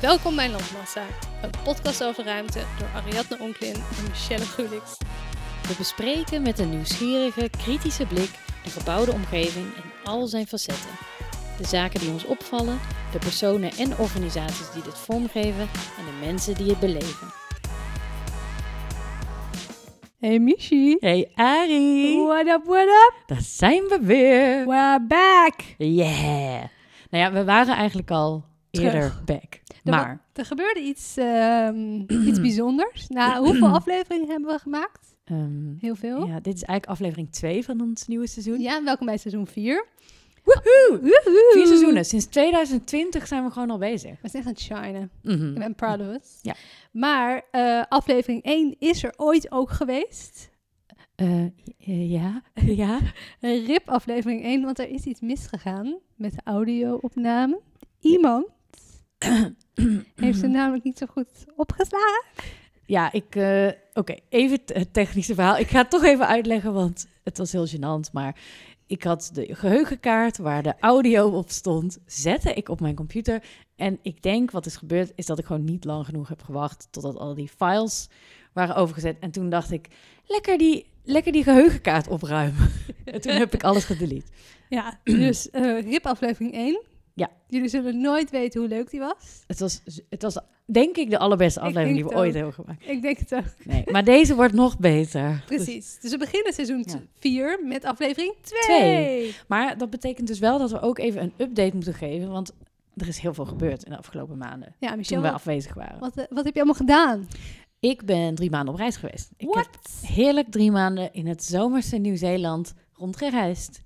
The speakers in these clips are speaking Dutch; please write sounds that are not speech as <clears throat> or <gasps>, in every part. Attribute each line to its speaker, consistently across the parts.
Speaker 1: Welkom bij Landmassa, een podcast over ruimte door Ariadne Onklin en Michelle Gulix.
Speaker 2: We bespreken met een nieuwsgierige, kritische blik de gebouwde omgeving in al zijn facetten. De zaken die ons opvallen, de personen en organisaties die dit vormgeven en de mensen die het beleven.
Speaker 3: Hey Michi.
Speaker 2: Hey Ari,
Speaker 3: What up, what up?
Speaker 2: daar zijn we weer.
Speaker 3: We're back.
Speaker 2: Yeah. Nou ja, we waren eigenlijk al
Speaker 3: Terug.
Speaker 2: eerder back.
Speaker 3: Er wa-
Speaker 2: Maar
Speaker 3: Er gebeurde iets, ehm, <clears throat> iets bijzonders. Nou, hoeveel afleveringen hebben we gemaakt?
Speaker 2: ehm,
Speaker 3: Heel veel. Ja,
Speaker 2: ja, dit is eigenlijk aflevering 2 van ons nieuwe seizoen.
Speaker 3: welkom bij seizoen 4.
Speaker 2: Woehoe! Vier seizoenen. Sinds 2020 zijn we gewoon al bezig.
Speaker 3: We zijn echt aan het shinen. Ik
Speaker 2: Mhm.
Speaker 3: ben proud of us.
Speaker 2: Ja.
Speaker 3: Maar eh, aflevering 1 is er ooit ook geweest.
Speaker 2: Eh, eh, ja, <laughs> ja.
Speaker 3: Rip aflevering 1, want er is iets misgegaan met de audio-opname.
Speaker 2: <clears throat>
Speaker 3: Iemand heeft ze namelijk niet zo goed opgeslagen.
Speaker 2: Ja, ik. eh, Oké, even t- het technische verhaal. Ik ga het toch even uitleggen, want het was heel gênant. Maar ik had de geheugenkaart waar de audio op stond, zette ik op mijn computer. En ik denk wat is gebeurd, is dat ik gewoon niet lang genoeg heb gewacht totdat al die files waren overgezet. En toen dacht ik, lekker die, lekker die geheugenkaart opruimen. <laughs> en toen heb ik alles gedelete.
Speaker 3: Ja, <clears throat> dus eh, Rip aflevering 1.
Speaker 2: Ja.
Speaker 3: Jullie zullen nooit weten hoe leuk die was.
Speaker 2: Het was, het was denk ik de allerbeste
Speaker 3: Ik
Speaker 2: aflevering die
Speaker 3: denk
Speaker 2: we
Speaker 3: het
Speaker 2: ooit
Speaker 3: ook.
Speaker 2: hebben gemaakt.
Speaker 3: Ik denk het ook.
Speaker 2: Nee, maar deze wordt nog beter. Dus-
Speaker 3: Precies. Dus we beginnen seizoen
Speaker 2: Ja.
Speaker 3: 4 met aflevering 2.
Speaker 2: Twee. Maar dat betekent dus wel dat we ook even een update moeten geven. Want er is heel veel gebeurd in de afgelopen maanden.
Speaker 3: Ja,
Speaker 2: Toen
Speaker 3: Michel,
Speaker 2: we
Speaker 3: wat,
Speaker 2: afwezig waren.
Speaker 3: wat, eh, wat heb je allemaal gedaan?
Speaker 2: Ik ben drie maanden op reis geweest. Ik
Speaker 3: What?
Speaker 2: heb heerlijk drie maanden in het zomerse Nieuw-Zeeland rondgereisd.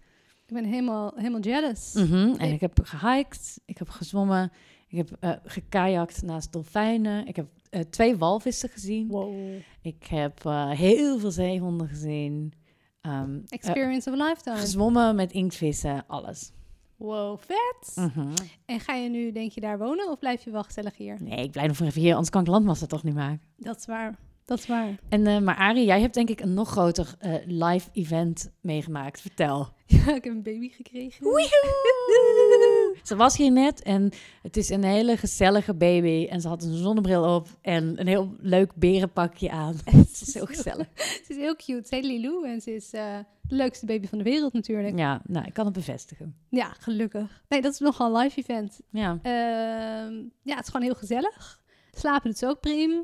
Speaker 3: Ik ben helemaal, helemaal jealous.
Speaker 2: Mhm, En
Speaker 3: Ik-
Speaker 2: ik heb gehiked, ik heb gezwommen, ik heb eh gekajakt naast dolfijnen. Ik heb eh, twee walvissen gezien.
Speaker 3: Wow.
Speaker 2: Ik heb eh, heel veel zeehonden gezien. Ehm, eh,
Speaker 3: Experience of a lifetime.
Speaker 2: gezwommen met inktvissen, alles.
Speaker 3: Wow, vet.
Speaker 2: Mhm.
Speaker 3: En ga je nu, denk je, daar wonen of blijf je wel gezellig hier?
Speaker 2: Nee, ik blijf nog even hier, anders kan ik landmassa toch niet maken.
Speaker 3: Dat is waar. Dat is waar.
Speaker 2: En, eh, maar Arie, jij hebt denk ik een nog groter eh, live event meegemaakt.
Speaker 3: <laughs>
Speaker 2: Vertel.
Speaker 3: Ja, ik heb een baby gekregen. <laughs>
Speaker 2: Ze was hier net en het is een hele gezellige baby. En ze had een zonnebril op en een heel leuk berenpakje <laughs> aan. Het is heel gezellig.
Speaker 3: Ze is heel cute. Ze heet Lilou en ze is eh, de leukste baby van de wereld natuurlijk.
Speaker 2: Ja, nou, ik kan het bevestigen.
Speaker 3: Ja, gelukkig. Nee, dat is nogal een live event.
Speaker 2: Ja,
Speaker 3: Ehm, ja, het is gewoon heel gezellig. Slapen doet ze ook prima.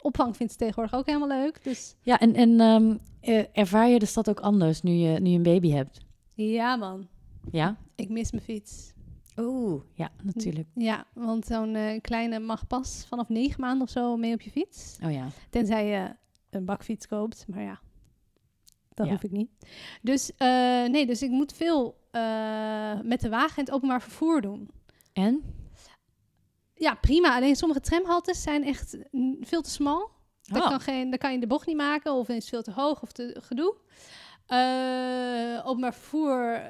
Speaker 3: Opvang vindt ze tegenwoordig ook helemaal leuk. Dus
Speaker 2: ja en, en ehm, eh, ervaar je de stad ook anders nu je, nu je een baby hebt?
Speaker 3: ja, man.
Speaker 2: Ja?
Speaker 3: Ik mis mijn fiets.
Speaker 2: Oeh. Ja, natuurlijk.
Speaker 3: Ja, want zo'n eh, kleine mag pas vanaf negen maanden of zo mee op je fiets.
Speaker 2: Oh ja.
Speaker 3: Tenzij je een bakfiets koopt. Maar ja, dat
Speaker 2: Ja.
Speaker 3: hoef ik niet. Dus eh, nee, dus ik moet veel eh, met de wagen en het openbaar vervoer doen.
Speaker 2: En?
Speaker 3: Ja, prima. Alleen sommige tramhaltes zijn echt mm, veel te smal. Daar,
Speaker 2: Oh.
Speaker 3: kan geen, daar kan je de bocht niet maken of is veel te hoog of te gedoe. Eh openbaar vervoer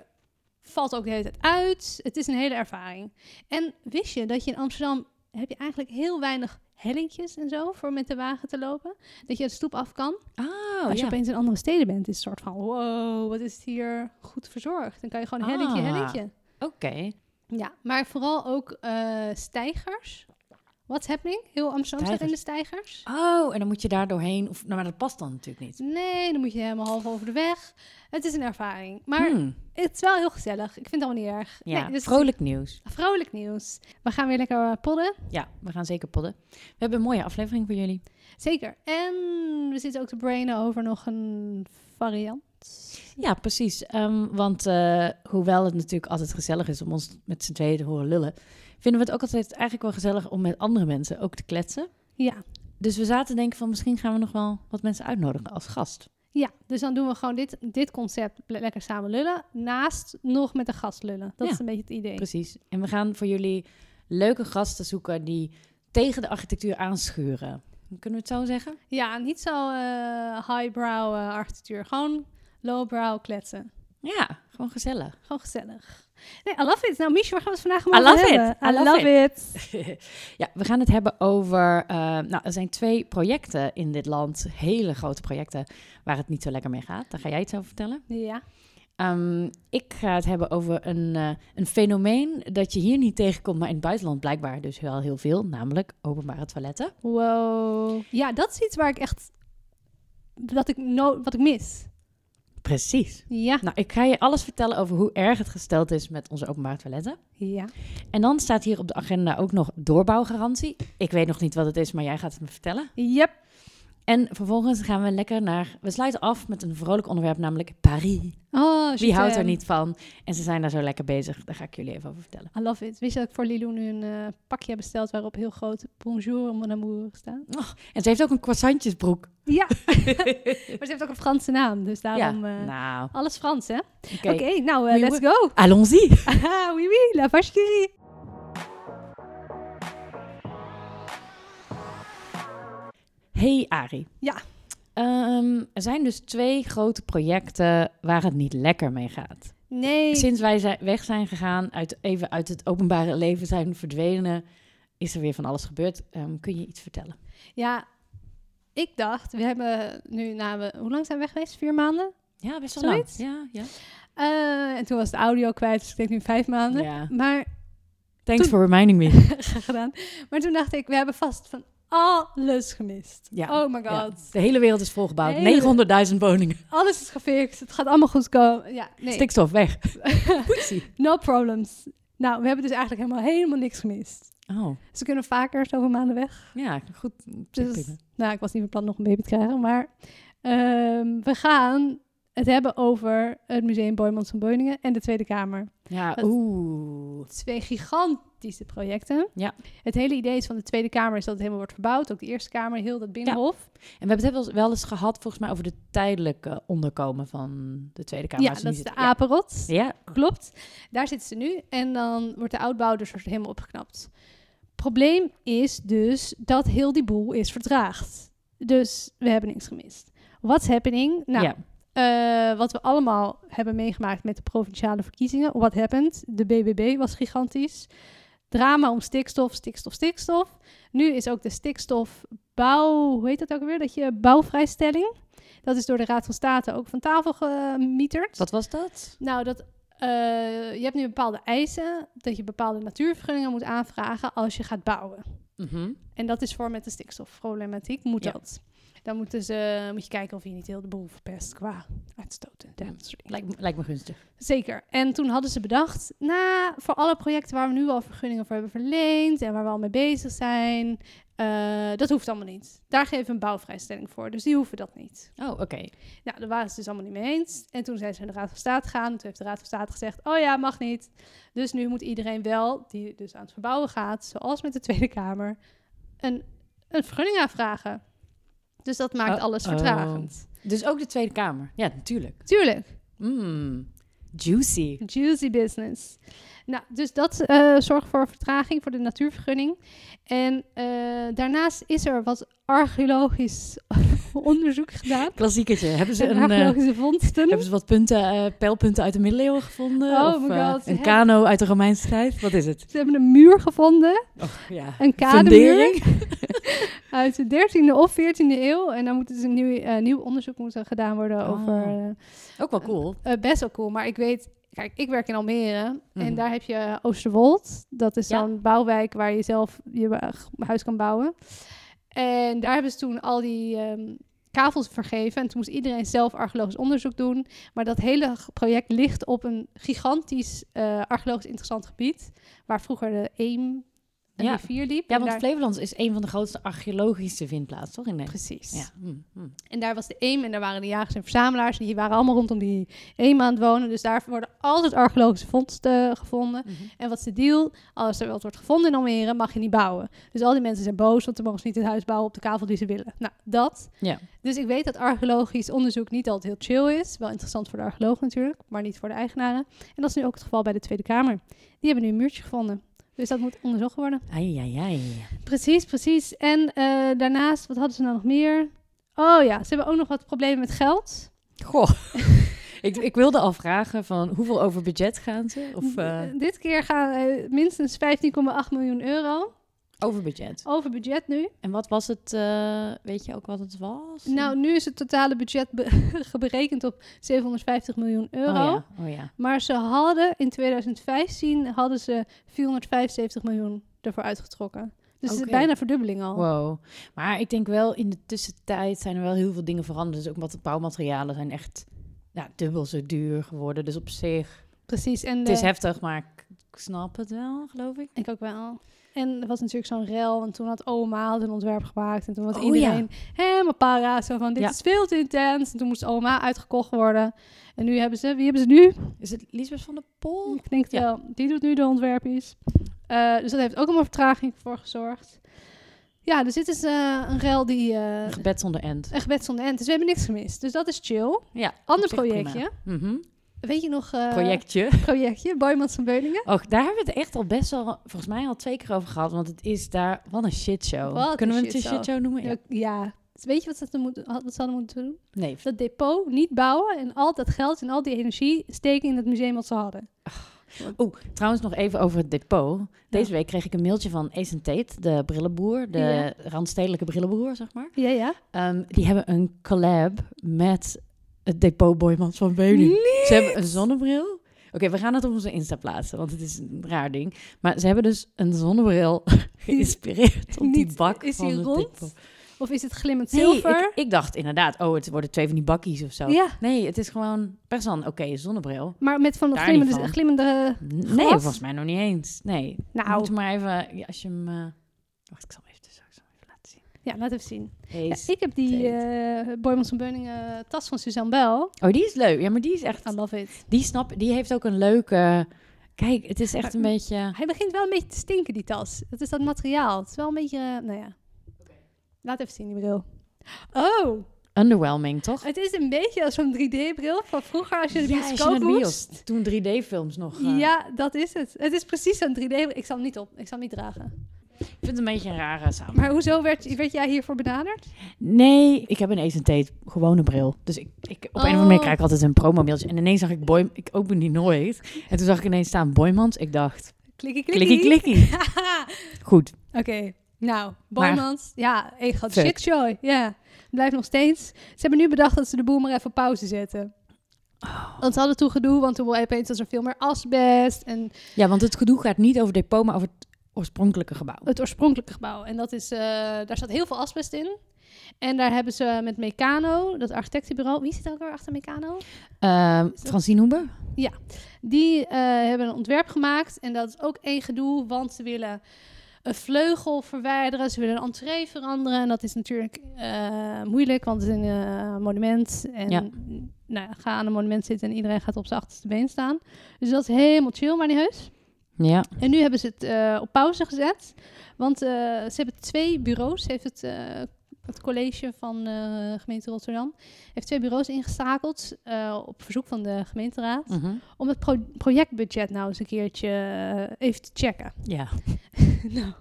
Speaker 3: valt ook de hele tijd uit. Het is een hele ervaring. En wist je dat je in Amsterdam heb je eigenlijk heel weinig hellinkjes en zo voor met de wagen te lopen? Dat je de stoep af kan.
Speaker 2: Oh,
Speaker 3: Als je
Speaker 2: ja.
Speaker 3: opeens in andere steden bent, is het soort van wow, wat is het hier goed verzorgd? Dan kan je gewoon hellinkje,
Speaker 2: Ah.
Speaker 3: hellinkje.
Speaker 2: Oké.
Speaker 3: Ja, maar vooral ook eh, stijgers. What's happening? Heel Amsterdam staat in de stijgers.
Speaker 2: Oh, en dan moet je daar doorheen. Of, nou, maar dat past dan natuurlijk niet.
Speaker 3: Nee, dan moet je helemaal half over de weg. Het is een ervaring. Maar
Speaker 2: Hmm.
Speaker 3: het is wel heel gezellig. Ik vind het allemaal niet erg.
Speaker 2: Ja,
Speaker 3: Nee, dus
Speaker 2: vrolijk nieuws.
Speaker 3: vrolijk nieuws. We gaan weer lekker eh, podden.
Speaker 2: Ja, we gaan zeker podden. We hebben een mooie aflevering voor jullie.
Speaker 3: Zeker. En we zitten ook te brainen over nog een variant.
Speaker 2: Ja, precies. Ehm, want eh, hoewel het natuurlijk altijd gezellig is om ons met z'n tweeën te horen lullen, vinden we het ook altijd eigenlijk wel gezellig om met andere mensen ook te kletsen.
Speaker 3: Ja.
Speaker 2: Dus we zaten te denken van misschien gaan we nog wel wat mensen uitnodigen als gast.
Speaker 3: Ja, dus dan doen we gewoon dit, dit concept le- lekker samen lullen. Naast nog met een gast lullen. Dat
Speaker 2: Ja.
Speaker 3: is een beetje het idee.
Speaker 2: Precies. En we gaan voor jullie leuke gasten zoeken die tegen de architectuur aanschuren. Kunnen we het zo zeggen?
Speaker 3: Ja, niet zo eh, highbrow eh, architectuur. Gewoon lowbrow kletsen.
Speaker 2: Ja, gewoon gezellig.
Speaker 3: Gewoon gezellig. Nee, I love it. Nou, Miesje, waar gaan we het vandaag
Speaker 2: I
Speaker 3: allemaal over
Speaker 2: love it.
Speaker 3: hebben?
Speaker 2: I love
Speaker 3: it.
Speaker 2: <laughs> ja, we gaan het hebben over. eh, nou, er zijn twee projecten in dit land, hele grote projecten, waar het niet zo lekker mee gaat. Daar ga jij iets over vertellen.
Speaker 3: Ja.
Speaker 2: Ehm, ik ga het hebben over een, eh, een fenomeen dat je hier niet tegenkomt, maar in het buitenland blijkbaar dus wel heel veel, namelijk openbare toiletten.
Speaker 3: Wow. Ja, dat is iets waar ik echt... Dat ik no wat ik mis.
Speaker 2: Precies.
Speaker 3: Ja.
Speaker 2: Nou, ik ga je alles vertellen over hoe erg het gesteld is met onze openbare toiletten.
Speaker 3: Ja.
Speaker 2: En dan staat hier op de agenda ook nog doorbouwgarantie. Ik weet nog niet wat het is, maar jij gaat het me vertellen.
Speaker 3: Yep.
Speaker 2: En vervolgens gaan we lekker naar. We sluiten af met een vrolijk onderwerp, namelijk Paris.
Speaker 3: Oh,
Speaker 2: Wie
Speaker 3: Chutem.
Speaker 2: houdt er niet van? En ze zijn daar zo lekker bezig. Daar ga ik jullie even over vertellen.
Speaker 3: I love it. Wist je dat ik voor Lilou nu een eh, pakje heb besteld waarop heel groot Bonjour mon amour staat?
Speaker 2: En ze heeft ook een croissantjesbroek. <laughs>
Speaker 3: Ja. maar ze heeft ook een Franse naam, dus daarom... eh,
Speaker 2: nou,
Speaker 3: Alles Frans, hè? Oké,
Speaker 2: oké.
Speaker 3: nou, eh,
Speaker 2: Oui,
Speaker 3: let's
Speaker 2: <laughs>
Speaker 3: go. <laughs>
Speaker 2: Allons-y.
Speaker 3: Ah, oui, oui, la vache qui rit.
Speaker 2: Hey Ari.
Speaker 3: Ja.
Speaker 2: Ehm, er zijn dus twee grote projecten waar het niet lekker mee gaat.
Speaker 3: Nee.
Speaker 2: Sinds wij zijn- weg zijn gegaan, uit, even uit het openbare leven zijn verdwenen, is er weer van alles gebeurd. Ehm, kun je iets vertellen?
Speaker 3: Ja, ik dacht, we hebben nu na... We, hoe lang zijn we weg geweest? Vier maanden?
Speaker 2: Ja, best
Speaker 3: wel lang.
Speaker 2: Ja, ja.
Speaker 3: Eh, en toen was de audio kwijt, dus ik denk nu vijf maanden.
Speaker 2: ja.
Speaker 3: Maar <laughs>
Speaker 2: Thanks
Speaker 3: Toen-
Speaker 2: for reminding me.
Speaker 3: gedaan. Maar toen dacht ik, we hebben vast van alles gemist.
Speaker 2: Ja,
Speaker 3: Oh my god.
Speaker 2: Ja. De hele wereld is volgebouwd.
Speaker 3: Hele-
Speaker 2: 900.000 woningen.
Speaker 3: Alles is gefixt. Het gaat allemaal goed komen. Ja, nee.
Speaker 2: Stikstof <laughs> weg. Poetsie.
Speaker 3: No problems. Nou, we hebben dus eigenlijk helemaal, helemaal niks gemist.
Speaker 2: Oh,
Speaker 3: Ze kunnen vaker zoveel maanden weg.
Speaker 2: ja, goed.
Speaker 3: Dus, nou, ik was niet van plan nog een baby te krijgen, maar ehm, we gaan het hebben over het museum Boymans van Beuningen en de Tweede Kamer.
Speaker 2: Ja,
Speaker 3: dat-
Speaker 2: oeh.
Speaker 3: Twee gigantische projecten.
Speaker 2: Ja.
Speaker 3: Het hele idee is van de Tweede Kamer is dat het helemaal wordt verbouwd, ook de Eerste Kamer, heel dat binnenhof.
Speaker 2: En we hebben het wel eens- wel eens gehad, volgens mij, over de tijdelijke onderkomen van de Tweede
Speaker 3: Ja,
Speaker 2: Kamer. als ze
Speaker 3: dat
Speaker 2: nu
Speaker 3: is de
Speaker 2: zitten- ja.
Speaker 3: Apenrots.
Speaker 2: Ja,
Speaker 3: Klopt. Daar zitten ze nu en dan wordt de oudbouw dus wordt helemaal opgeknapt. Probleem is dus dat heel die boel is verdraagd. Dus we hebben niks gemist. What's happening? Nou,
Speaker 2: ja.
Speaker 3: Eh, wat we allemaal hebben meegemaakt met de provinciale verkiezingen. What happened? De BBB was gigantisch. Drama om stikstof, stikstof, stikstof. Nu is ook de stikstofbouw, hoe heet dat ook weer? Dat je bouwvrijstelling. Dat is door de Raad van State ook van tafel gemieterd.
Speaker 2: Wat was dat?
Speaker 3: Nou, dat, eh, je hebt nu bepaalde eisen dat je bepaalde natuurvergunningen moet aanvragen als je gaat bouwen.
Speaker 2: Mhm.
Speaker 3: En dat is voor met de stikstofproblematiek, moet
Speaker 2: Ja.
Speaker 3: dat. Dan moeten ze, moet je kijken of je niet heel de boel verpest qua uitstoten. en dat soort dingen.
Speaker 2: Lijkt, me- lijkt me gunstig.
Speaker 3: Zeker. En toen hadden ze bedacht, nou, voor alle projecten waar we nu al vergunningen voor hebben verleend en waar we al mee bezig zijn, eh, dat hoeft allemaal niet. Daar geven we een bouwvrijstelling voor, dus die hoeven dat niet.
Speaker 2: Oh, oké.
Speaker 3: Nou, daar waren ze het dus allemaal niet mee eens. En toen zijn ze naar de Raad van State gegaan. Toen heeft de Raad van State gezegd, oh ja, mag niet. Dus nu moet iedereen wel, die dus aan het verbouwen gaat, zoals met de Tweede Kamer, een, een vergunning aanvragen. Dus dat maakt
Speaker 2: Oh,
Speaker 3: alles
Speaker 2: oh.
Speaker 3: vertragend.
Speaker 2: Dus ook de Tweede Kamer. Ja, natuurlijk.
Speaker 3: Tuurlijk,
Speaker 2: Mm, juicy.
Speaker 3: juicy business. Nou, dus dat eh, zorgt voor vertraging voor de natuurvergunning. En eh, daarnaast is er wat archeologisch <laughs> onderzoek gedaan.
Speaker 2: Klassieketje. Hebben <laughs> ze,
Speaker 3: En
Speaker 2: een, eh,
Speaker 3: archeologische vondsten.
Speaker 2: hebben ze wat punten, eh, pijlpunten uit de middeleeuwen gevonden?
Speaker 3: Oh
Speaker 2: of
Speaker 3: my
Speaker 2: eh,
Speaker 3: god, ze
Speaker 2: een
Speaker 3: hebben-
Speaker 2: kano uit de Romeinse tijd? Wat is het?
Speaker 3: Ze hebben een muur gevonden.
Speaker 2: Och, Oh, ja.
Speaker 3: Een kademuur
Speaker 2: Fundering?
Speaker 3: uit de 13e of 14e eeuw. En dan moet dus een nieuw, eh, nieuw onderzoek moeten gedaan worden
Speaker 2: Oh.
Speaker 3: over... eh,
Speaker 2: Ook wel cool.
Speaker 3: eh, best wel cool, maar ik weet... Kijk, ik werk in Almere
Speaker 2: Mhm.
Speaker 3: en daar heb je Oosterwold. Dat is
Speaker 2: Ja.
Speaker 3: zo'n bouwwijk waar je zelf je eh, huis kan bouwen. En daar hebben ze toen al die ehm, kavels vergeven. En toen moest iedereen zelf archeologisch onderzoek doen. Maar dat hele g- project ligt op een gigantisch eh, archeologisch interessant gebied. Waar vroeger de Eem een
Speaker 2: Ja.
Speaker 3: rivier liep.
Speaker 2: Ja,
Speaker 3: En
Speaker 2: want
Speaker 3: daar-
Speaker 2: Flevoland is een van de grootste archeologische vindplaatsen, toch? In Nederland?
Speaker 3: Precies.
Speaker 2: Ja. mm, mm.
Speaker 3: En daar was de Eem en daar waren de jagers en verzamelaars. En die waren allemaal rondom die Eem aan het wonen. Dus daar worden altijd archeologische vondsten eh, gevonden.
Speaker 2: Mhm.
Speaker 3: En wat is de deal? Als er wat wordt gevonden in Almere, mag je niet bouwen. Dus al die mensen zijn boos, want ze mogen ze niet het huis bouwen op de kavel die ze willen. Nou, dat.
Speaker 2: Ja.
Speaker 3: Dus ik weet dat archeologisch onderzoek niet altijd heel chill is. Wel interessant voor de archeoloog natuurlijk, maar niet voor de eigenaren. En dat is nu ook het geval bij de Tweede Kamer. Die hebben nu een muurtje gevonden. Dus dat moet onderzocht worden.
Speaker 2: Ai, ai, ai.
Speaker 3: Precies, precies. En eh, daarnaast, wat hadden ze nou nog meer? Oh ja, ze hebben ook nog wat problemen met geld.
Speaker 2: Goh. <laughs> ik, ik wilde al vragen van hoeveel over budget gaan ze? Of, eh,
Speaker 3: D- Dit keer gaan eh, minstens 15,8 miljoen euro.
Speaker 2: Over budget.
Speaker 3: Over budget nu.
Speaker 2: En wat was het, eh, weet je ook wat het was? Oh,
Speaker 3: Nou, nu is het totale budget be- <laughs> berekend op 750 miljoen euro.
Speaker 2: Oh ja, oh ja.
Speaker 3: Maar ze hadden in 2015 hadden ze 475 miljoen ervoor uitgetrokken. Dus het
Speaker 2: Oké.
Speaker 3: is bijna verdubbeling al.
Speaker 2: Wow. Maar ik denk wel, in de tussentijd zijn er wel heel veel dingen veranderd. Dus ook wat de bouwmaterialen zijn echt ja, dubbel zo duur geworden. Dus op zich,
Speaker 3: Precies. En
Speaker 2: het is
Speaker 3: eh,
Speaker 2: heftig, maar ik- ik snap het wel, geloof ik.
Speaker 3: ik ook wel. En er was natuurlijk zo'n rel. En toen had oma had een ontwerp gemaakt. En toen was
Speaker 2: Oh,
Speaker 3: iedereen helemaal para. Zo van, dit
Speaker 2: Ja.
Speaker 3: is veel te intens. En toen moest oma uitgekocht worden. En nu hebben ze, wie hebben ze nu?
Speaker 2: Is het Liesbeth van der Pol?
Speaker 3: Ik denk het
Speaker 2: Ja.
Speaker 3: wel. Die doet nu de ontwerpjes. Eh, dus dat heeft ook allemaal vertraging voor gezorgd. Ja, dus dit is eh, een rel die... eh,
Speaker 2: Een gebed zonder end.
Speaker 3: een gebed zonder end. Dus we hebben niks gemist. Dus dat is chill.
Speaker 2: Ja,
Speaker 3: Ander
Speaker 2: op zich prima.
Speaker 3: projectje.
Speaker 2: Mhm.
Speaker 3: Weet je nog... eh,
Speaker 2: Projectje.
Speaker 3: <laughs> projectje, Boymans van Beuningen.
Speaker 2: Och, daar hebben we het echt al best wel, volgens mij al twee keer over gehad. Want het is daar, wat een shitshow.
Speaker 3: Wat een
Speaker 2: Kunnen we het een
Speaker 3: shitshow.
Speaker 2: shitshow noemen? Ja.
Speaker 3: Ja. Dus weet je wat ze, hadden moeten- wat ze hadden moeten doen?
Speaker 2: Nee,
Speaker 3: Dat depot niet bouwen en al dat geld en al die energie steken in het museum wat ze hadden.
Speaker 2: Oeh, trouwens nog even over het depot. Deze week kreeg ik een mailtje van Ace Tate, de brillenboer, de
Speaker 3: Ja.
Speaker 2: randstedelijke brillenboer, zeg maar.
Speaker 3: Ja, ja.
Speaker 2: Ehm, die hebben een collab met het depot Boymans van Beuning. Ze hebben een zonnebril. Oké, we gaan het op onze Insta plaatsen, want het is een raar ding. Maar ze hebben dus een zonnebril <laughs> geïnspireerd op die
Speaker 3: Niet-
Speaker 2: bak
Speaker 3: is
Speaker 2: van
Speaker 3: die
Speaker 2: het
Speaker 3: rond?
Speaker 2: depot.
Speaker 3: Of is het glimmend
Speaker 2: Nee,
Speaker 3: zilver?
Speaker 2: ik, ik dacht inderdaad, oh, het worden twee van die bakkies of zo.
Speaker 3: Ja,
Speaker 2: Nee, het is gewoon best wel een oké zonnebril.
Speaker 3: maar met van dat
Speaker 2: Daar niet
Speaker 3: glimmende,
Speaker 2: van.
Speaker 3: glimmende...
Speaker 2: Nee,
Speaker 3: Glas?
Speaker 2: volgens mij nog niet eens. Nee,
Speaker 3: Nou.
Speaker 2: Moet je maar even, ja, als je hem... eh, wacht, ik zal hem even, tussen- ik zal hem even laten zien.
Speaker 3: Ja, laat even zien. Ja,
Speaker 2: Deze.
Speaker 3: ik heb die
Speaker 2: Tate.
Speaker 3: eh Boymans van Beuningen tas van Suzanne Bell.
Speaker 2: Oh, die is leuk. Ja, maar die is echt...
Speaker 3: I love it.
Speaker 2: Die, snap, die heeft ook een leuke... Kijk, het is echt een
Speaker 3: Maar-
Speaker 2: beetje...
Speaker 3: Hij begint wel een beetje te stinken, die tas. Dat is dat materiaal. Het is wel een beetje... eh, nou ja. Laat even zien, die bril. Oh,
Speaker 2: Underwhelming, toch?
Speaker 3: Het is een beetje als zo'n 3D-bril van vroeger als je de
Speaker 2: Ja, als je
Speaker 3: bioscoop
Speaker 2: naar de bios-
Speaker 3: moest.
Speaker 2: Toen 3D-films nog... eh,
Speaker 3: Ja, dat is het. Het is precies zo'n 3D-bril. Ik zal hem niet op. Ik zal hem niet dragen.
Speaker 2: Ik vind het een beetje een rare samen.
Speaker 3: Maar hoezo werd, werd jij hiervoor benaderd?
Speaker 2: Nee, ik heb ineens een Tate gewone bril. Dus ik, ik, op een of andere manier
Speaker 3: Oh.
Speaker 2: krijg ik altijd een promo-mailtje. En ineens zag ik Boy... Ik open die nooit. En toen zag ik ineens staan Boymans. Ik dacht...
Speaker 3: Klikkie, klikkie.
Speaker 2: Klikkie, klikkie. Goed.
Speaker 3: <laughs> Oké. Nou, Boymans. Ja, ik had
Speaker 2: Fuck.
Speaker 3: shit show. Ja. Blijft nog steeds. Ze hebben nu bedacht dat ze de boemer even op pauze zetten. Want ze hadden toen gedoe, want toen opeens was er veel meer asbest en
Speaker 2: Ja, want het gedoe gaat niet over het depot, maar over het oorspronkelijke gebouw.
Speaker 3: het oorspronkelijke gebouw. En dat is, eh, daar zat heel veel asbest in. En daar hebben ze met Meccano, dat architectenbureau... Wie zit ook weer achter Meccano?
Speaker 2: Ehm, Francine Hoeber?
Speaker 3: Die eh, hebben een ontwerp gemaakt. En dat is ook één gedoe, want ze willen een vleugel verwijderen. Ze willen een entree veranderen. En dat is natuurlijk eh, moeilijk, want het is een eh, monument. En
Speaker 2: Ja.
Speaker 3: nou, ja, ga aan een monument zitten en iedereen gaat op zijn achterste been staan. Dus dat is helemaal chill, maar niet heus.
Speaker 2: Ja.
Speaker 3: En nu hebben ze het eh, op pauze gezet. Want eh, ze hebben twee bureaus. Heeft het, eh, het college van eh gemeente Rotterdam heeft twee bureaus ingeschakeld eh, op verzoek van de gemeenteraad.
Speaker 2: Mhm.
Speaker 3: Om het pro- projectbudget nou eens een keertje eh, even te checken.
Speaker 2: Ja.
Speaker 3: nou,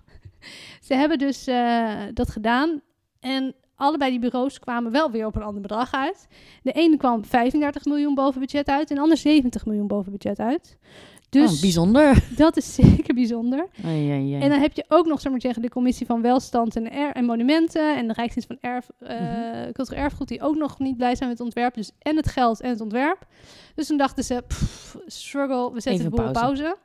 Speaker 3: ze hebben dus eh, dat gedaan. En allebei die bureaus kwamen wel weer op een ander bedrag uit. De ene kwam 35 miljoen boven budget uit en de ander 70 miljoen boven budget uit.
Speaker 2: Dus
Speaker 3: Dus
Speaker 2: bijzonder.
Speaker 3: <laughs> dat is zeker bijzonder.
Speaker 2: Ai, ai, ai.
Speaker 3: En dan heb je ook nog, zeg maar zeggen, de commissie van Welstand en, er- en Monumenten en de Rijksdienst van Erf, eh,
Speaker 2: Mhm.
Speaker 3: Cultureel Erfgoed, die ook nog niet blij zijn met het ontwerp. Dus en het geld en het ontwerp. Dus toen dachten ze, pff, struggle, we zetten
Speaker 2: Even
Speaker 3: de boel op
Speaker 2: pauze.
Speaker 3: pauze.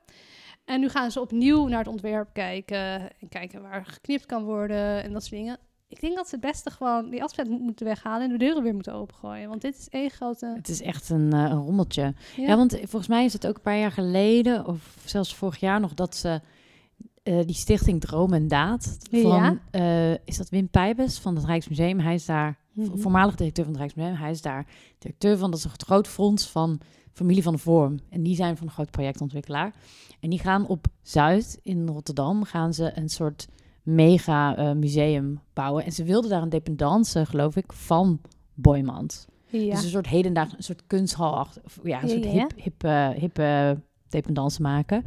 Speaker 3: En nu gaan ze opnieuw naar het ontwerp kijken en kijken waar geknipt kan worden en dat soort dingen. Ik denk dat ze het beste gewoon die asbest mo- moeten weghalen en de deuren weer moeten opengooien. Want dit is één grote...
Speaker 2: Het is echt een, eh, een rommeltje.
Speaker 3: Ja,
Speaker 2: Ja. want volgens mij is het ook een paar jaar geleden, of zelfs vorig jaar nog, dat ze eh, die stichting Droom en Daad van,
Speaker 3: Ja.
Speaker 2: eh, is dat Wim Pijbes van het Rijksmuseum? Hij is daar,
Speaker 3: Mhm.
Speaker 2: voormalig directeur van het Rijksmuseum, hij is daar directeur van, dat is een groot fonds van Familie van de Vorm. En die zijn van een groot projectontwikkelaar. En die gaan op Zuid in Rotterdam, gaan ze een soort mega eh, museum bouwen. En ze wilden daar een dependance, geloof ik, van Boymans.
Speaker 3: ja.
Speaker 2: Dus een soort hedendaags, een soort kunsthal achter, of ja, een
Speaker 3: Ja,
Speaker 2: soort
Speaker 3: ja,
Speaker 2: hip, hip, eh, hip eh, dependance maken.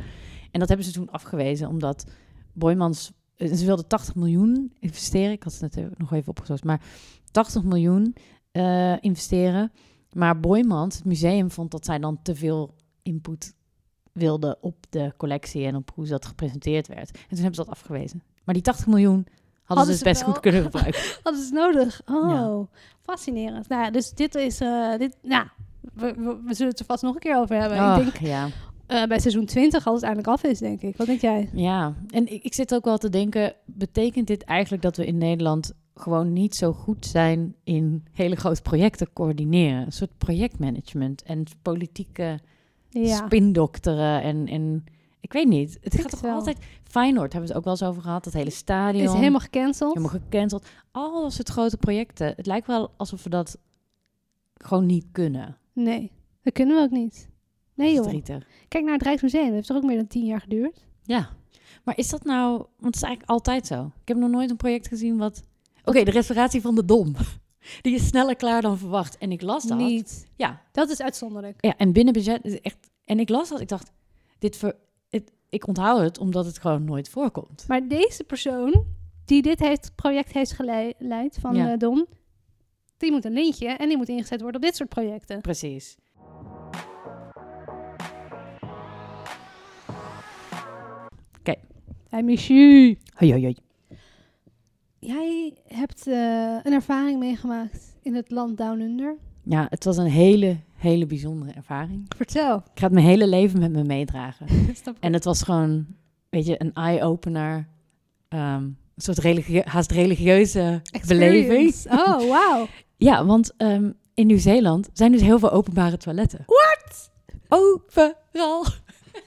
Speaker 2: En dat hebben ze toen afgewezen, omdat Boymans, eh, ze wilden 80 miljoen investeren. Ik had het net even- nog even opgezocht, maar 80 miljoen eh, investeren. Maar Boymans, het museum, vond dat zij dan te veel input wilden op de collectie en op hoe dat gepresenteerd werd. En toen hebben ze dat afgewezen. Maar die 80 miljoen hadden, ze
Speaker 3: Hadden
Speaker 2: dus
Speaker 3: ze
Speaker 2: best
Speaker 3: wel.
Speaker 2: goed kunnen
Speaker 3: <laughs>
Speaker 2: gebruiken.
Speaker 3: Wat is nodig? Oh,
Speaker 2: Ja.
Speaker 3: fascinerend. Nou, ja, dus dit is... eh, dit, nou, we, we, we zullen het er vast nog een keer over hebben.
Speaker 2: Ach,
Speaker 3: Ik denk
Speaker 2: ja.
Speaker 3: eh, bij seizoen 20 als het eindelijk af is, denk ik. Wat denk jij?
Speaker 2: Ja, en ik, ik zit ook wel te denken, betekent dit eigenlijk dat we in Nederland gewoon niet zo goed zijn in hele grote projecten coördineren? Een soort projectmanagement en politieke
Speaker 3: Ja.
Speaker 2: spindokteren en, en ik weet niet. Het
Speaker 3: denk
Speaker 2: gaat toch
Speaker 3: het wel.
Speaker 2: altijd... Feyenoord hebben we het ook wel eens over gehad, dat hele stadion.
Speaker 3: Is helemaal gecanceld.
Speaker 2: helemaal gecanceld. Al dat soort grote projecten. Het lijkt wel alsof we dat gewoon niet kunnen.
Speaker 3: Nee, dat kunnen we ook niet. Nee joh.
Speaker 2: Verdrietig.
Speaker 3: Kijk naar het Rijksmuseum. Dat heeft toch ook meer dan tien jaar geduurd?
Speaker 2: Ja. Maar is dat nou... Want het is eigenlijk altijd zo. Ik heb nog nooit een project gezien wat... Oké, de restauratie van de Dom. <laughs> Die is sneller klaar dan verwacht. En ik las dat.
Speaker 3: Niet.
Speaker 2: Ja.
Speaker 3: Dat is uitzonderlijk.
Speaker 2: ja, en binnen budget is echt... En ik las dat. Ik dacht, dit ver... het- ik onthoud het omdat het gewoon nooit voorkomt.
Speaker 3: Maar deze persoon die dit heeft, project heeft geleid van
Speaker 2: Ja.
Speaker 3: eh, Don, die moet een lintje en die moet ingezet worden op dit soort projecten.
Speaker 2: Precies.
Speaker 3: Hey, Michu,
Speaker 2: Hoi, hoi, hoi.
Speaker 3: jij hebt eh, een ervaring meegemaakt in het land Down Under.
Speaker 2: Ja, het was een hele, hele bijzondere ervaring.
Speaker 3: <laughs> Vertel.
Speaker 2: Ik ga het mijn hele leven met me meedragen.
Speaker 3: Snap ik.
Speaker 2: En het was gewoon, weet je, een eye-opener. Ehm, een soort religie haast religieuze
Speaker 3: Experience.
Speaker 2: beleving.
Speaker 3: Oh, wauw.
Speaker 2: Ja, want ehm, in Nieuw-Zeeland zijn dus heel veel openbare toiletten.
Speaker 3: What?
Speaker 2: Overal.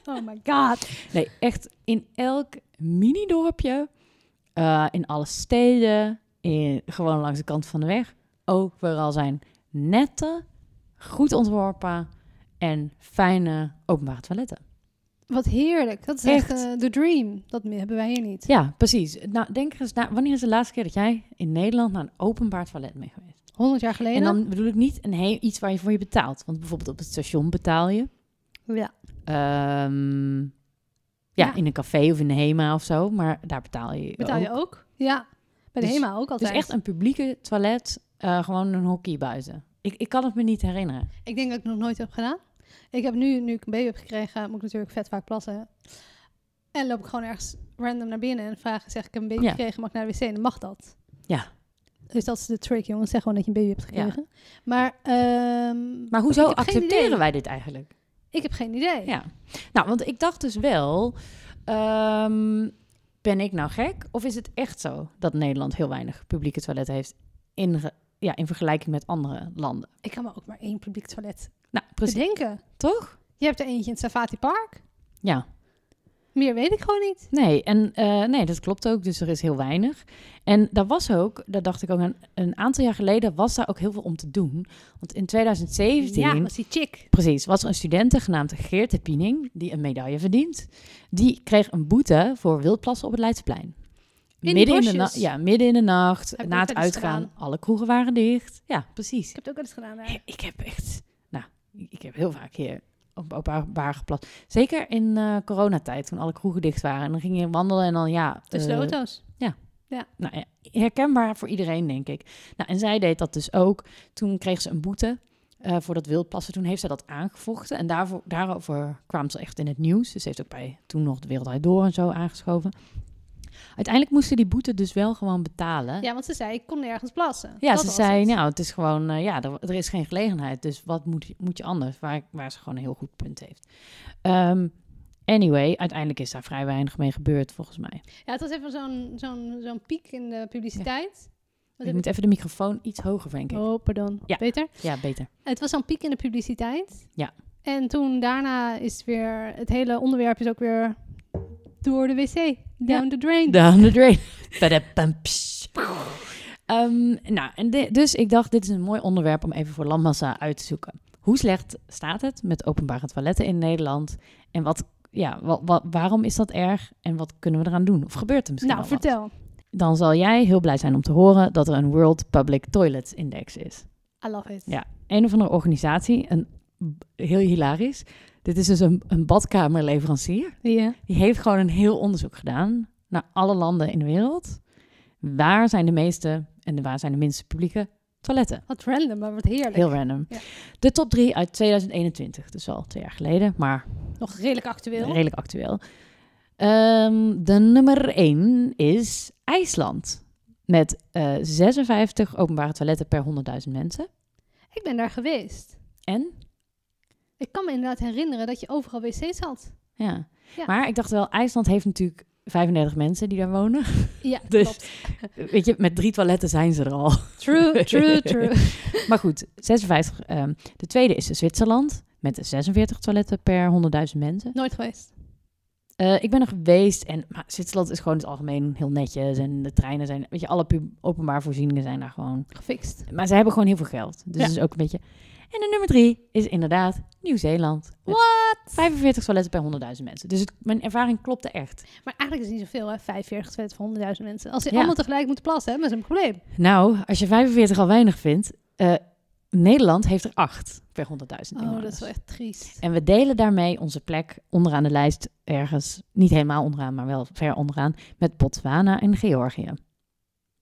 Speaker 3: Oh my god.
Speaker 2: Nee, echt in elk mini-dorpje, eh, in alle steden, in, gewoon langs de kant van de weg. Overal zijn nette, goed ontworpen en fijne openbare toiletten.
Speaker 3: Wat heerlijk. Dat is echt
Speaker 2: Echt.
Speaker 3: eh, de dream. Dat hebben wij hier niet.
Speaker 2: Ja, precies. Nou, denk er eens na. Wanneer is de laatste keer dat jij in Nederland naar een openbaar toilet bent geweest?
Speaker 3: 100 jaar geleden.
Speaker 2: En dan bedoel ik niet een heel, iets waar je voor je betaalt. Want bijvoorbeeld op het station betaal je.
Speaker 3: Ja.
Speaker 2: Ehm, ja,
Speaker 3: Ja.
Speaker 2: in een café of in de HEMA of zo. Maar daar betaal je
Speaker 3: Betaal je
Speaker 2: ook.
Speaker 3: ook? Ja. Bij de
Speaker 2: Dus-
Speaker 3: HEMA ook
Speaker 2: Dus
Speaker 3: altijd.
Speaker 2: echt een publieke toilet, eh, gewoon een hockey buiten. Ik, ik kan het me niet herinneren.
Speaker 3: Ik denk dat ik het nog nooit heb gedaan. Ik heb nu, nu ik een baby heb gekregen, moet ik natuurlijk vet vaak plassen. En loop ik gewoon ergens random naar binnen en vraag, zeg ik heb een baby
Speaker 2: Ja.
Speaker 3: gekregen, mag ik naar de wc? En dan mag dat.
Speaker 2: Ja.
Speaker 3: Dus dat is de trick, jongens. Zeg gewoon dat je een baby hebt gekregen. Maar, ehm,
Speaker 2: Maar hoezo
Speaker 3: ik heb geen
Speaker 2: accepteren
Speaker 3: idee.
Speaker 2: wij dit eigenlijk?
Speaker 3: Ik heb geen idee.
Speaker 2: Ja. Nou, want ik dacht dus wel, ehm, ben ik nou gek? Of is het echt zo dat Nederland heel weinig publieke toiletten heeft in, ge- ja, in vergelijking met andere landen?
Speaker 3: Ik kan me ook maar één publiek toilet
Speaker 2: Nou, precies.
Speaker 3: bedenken.
Speaker 2: Toch?
Speaker 3: Je hebt er eentje in het Safati Park.
Speaker 2: Ja.
Speaker 3: Meer weet ik gewoon niet.
Speaker 2: Nee, en eh, nee, dat klopt ook. Dus er is heel weinig. En daar was ook, daar dacht ik ook een, een aantal jaar geleden, was daar ook heel veel om te doen. Want in 2017
Speaker 3: Ja, was die chick.
Speaker 2: Precies, was er een studente genaamd Geert de Piening, die een medaille verdient. Die kreeg een boete voor wildplassen op het Leidseplein.
Speaker 3: die
Speaker 2: in de nacht.
Speaker 3: bosjes?
Speaker 2: Ja, midden in de nacht,
Speaker 3: ik
Speaker 2: na
Speaker 3: ook
Speaker 2: het
Speaker 3: wel eens
Speaker 2: uitgaan.
Speaker 3: gedaan.
Speaker 2: Alle kroegen waren dicht. Ja, precies.
Speaker 3: Ik heb het ook wel eens gedaan. daar.
Speaker 2: Hé, Ik heb echt, nou, ik heb heel vaak hier op openbaar geplast. Zeker in eh, coronatijd, toen alle kroegen dicht waren. En dan ging je wandelen en dan ja...
Speaker 3: Tussen
Speaker 2: eh,
Speaker 3: de auto's.
Speaker 2: nou, ja, herkenbaar voor iedereen, denk ik. Nou, en zij deed dat dus ook. Toen kreeg ze een boete eh, voor dat wildplassen. Toen heeft zij dat aangevochten. En daarvoor, daarover kwam ze echt in het nieuws. Dus ze heeft ook bij toen nog de Wereld Draait Door en zo aangeschoven. Uiteindelijk moest ze die boete dus wel gewoon betalen.
Speaker 3: Ja, want ze zei, ik kon nergens plassen.
Speaker 2: Ja,
Speaker 3: Dat
Speaker 2: ze
Speaker 3: was
Speaker 2: zei,
Speaker 3: het.
Speaker 2: nou, het is gewoon, eh, ja, er, er is geen gelegenheid, dus wat moet, je- moet je anders? Waar, waar ze gewoon een heel goed punt heeft. Ehm, anyway, uiteindelijk is daar vrij weinig mee gebeurd, volgens mij.
Speaker 3: Ja, het was even zo'n zo'n zo'n piek in de publiciteit. Wat
Speaker 2: Ik
Speaker 3: heb
Speaker 2: moet even de microfoon iets hoger, denk
Speaker 3: ik-
Speaker 2: ik.
Speaker 3: Oh, pardon.
Speaker 2: Ja.
Speaker 3: Beter.
Speaker 2: Ja, beter.
Speaker 3: Het was zo'n piek in de publiciteit.
Speaker 2: Ja.
Speaker 3: En toen daarna is weer het hele onderwerp is ook weer door de wc. <laughs> Down the drain.
Speaker 2: Down the drain. Padapam, pss. Ehm, nou, en di- dus ik dacht, dit is een mooi onderwerp om even voor landmassa uit te zoeken. Hoe slecht staat het met openbare toiletten in Nederland? En wat, ja, wa- wa- waarom is dat erg? En wat kunnen we eraan doen? Of gebeurt er misschien
Speaker 3: nou,
Speaker 2: al wat?
Speaker 3: vertel.
Speaker 2: Dan zal jij heel blij zijn om te horen dat er een World Public Toilets Index is.
Speaker 3: I love it.
Speaker 2: Ja. Een of andere organisatie, een, heel hilarisch. Dit is dus een, een badkamerleverancier.
Speaker 3: Ja.
Speaker 2: Die heeft gewoon een heel onderzoek gedaan naar alle landen in de wereld. Waar zijn de meeste en waar zijn de minste publieke toiletten?
Speaker 3: Wat random, maar wat heerlijk.
Speaker 2: Heel random.
Speaker 3: Ja.
Speaker 2: De top drie uit 2021, dus al twee jaar geleden, maar
Speaker 3: Nog redelijk actueel.
Speaker 2: redelijk actueel. Ehm, de nummer 1 is IJsland. Met eh 56 openbare toiletten per 100.000 mensen.
Speaker 3: Ik ben daar geweest.
Speaker 2: En?
Speaker 3: Ik kan me inderdaad herinneren dat je overal wc's had.
Speaker 2: Ja.
Speaker 3: Ja.
Speaker 2: Maar ik dacht wel, IJsland heeft natuurlijk 35 mensen die daar wonen. <laughs>
Speaker 3: Ja,
Speaker 2: Dus-
Speaker 3: klopt.
Speaker 2: Weet je, met drie toiletten zijn ze er al. <laughs>
Speaker 3: True, true, true.
Speaker 2: Maar goed, 56. ehm, de tweede is Zwitserland. Met 46 toiletten per 100.000 mensen.
Speaker 3: Nooit geweest.
Speaker 2: Eh, ik ben er geweest en maar Zwitserland is gewoon in het algemeen heel netjes. En de treinen zijn, weet je, alle pub- openbaar voorzieningen zijn daar gewoon.
Speaker 3: Gefixt.
Speaker 2: Maar ze hebben gewoon heel veel geld. Dus
Speaker 3: Ja.
Speaker 2: dat is ook een beetje... En de nummer drie is inderdaad Nieuw-Zeeland. Met 45 toiletten per 100.000 mensen. Dus het- mijn ervaring klopte echt.
Speaker 3: Maar eigenlijk is het niet zoveel, hè? 45, 200, 100.000 mensen. Als ze
Speaker 2: Ja.
Speaker 3: allemaal tegelijk moeten plassen, hebben ze een probleem.
Speaker 2: Nou, als je 45 al weinig vindt... eh, Nederland heeft er 8 per 100.000
Speaker 3: Oh, dat
Speaker 2: inwoners.
Speaker 3: is wel echt triest.
Speaker 2: En we delen daarmee onze plek onderaan de lijst ergens... niet helemaal onderaan, maar wel ver onderaan... met Botswana en Georgië.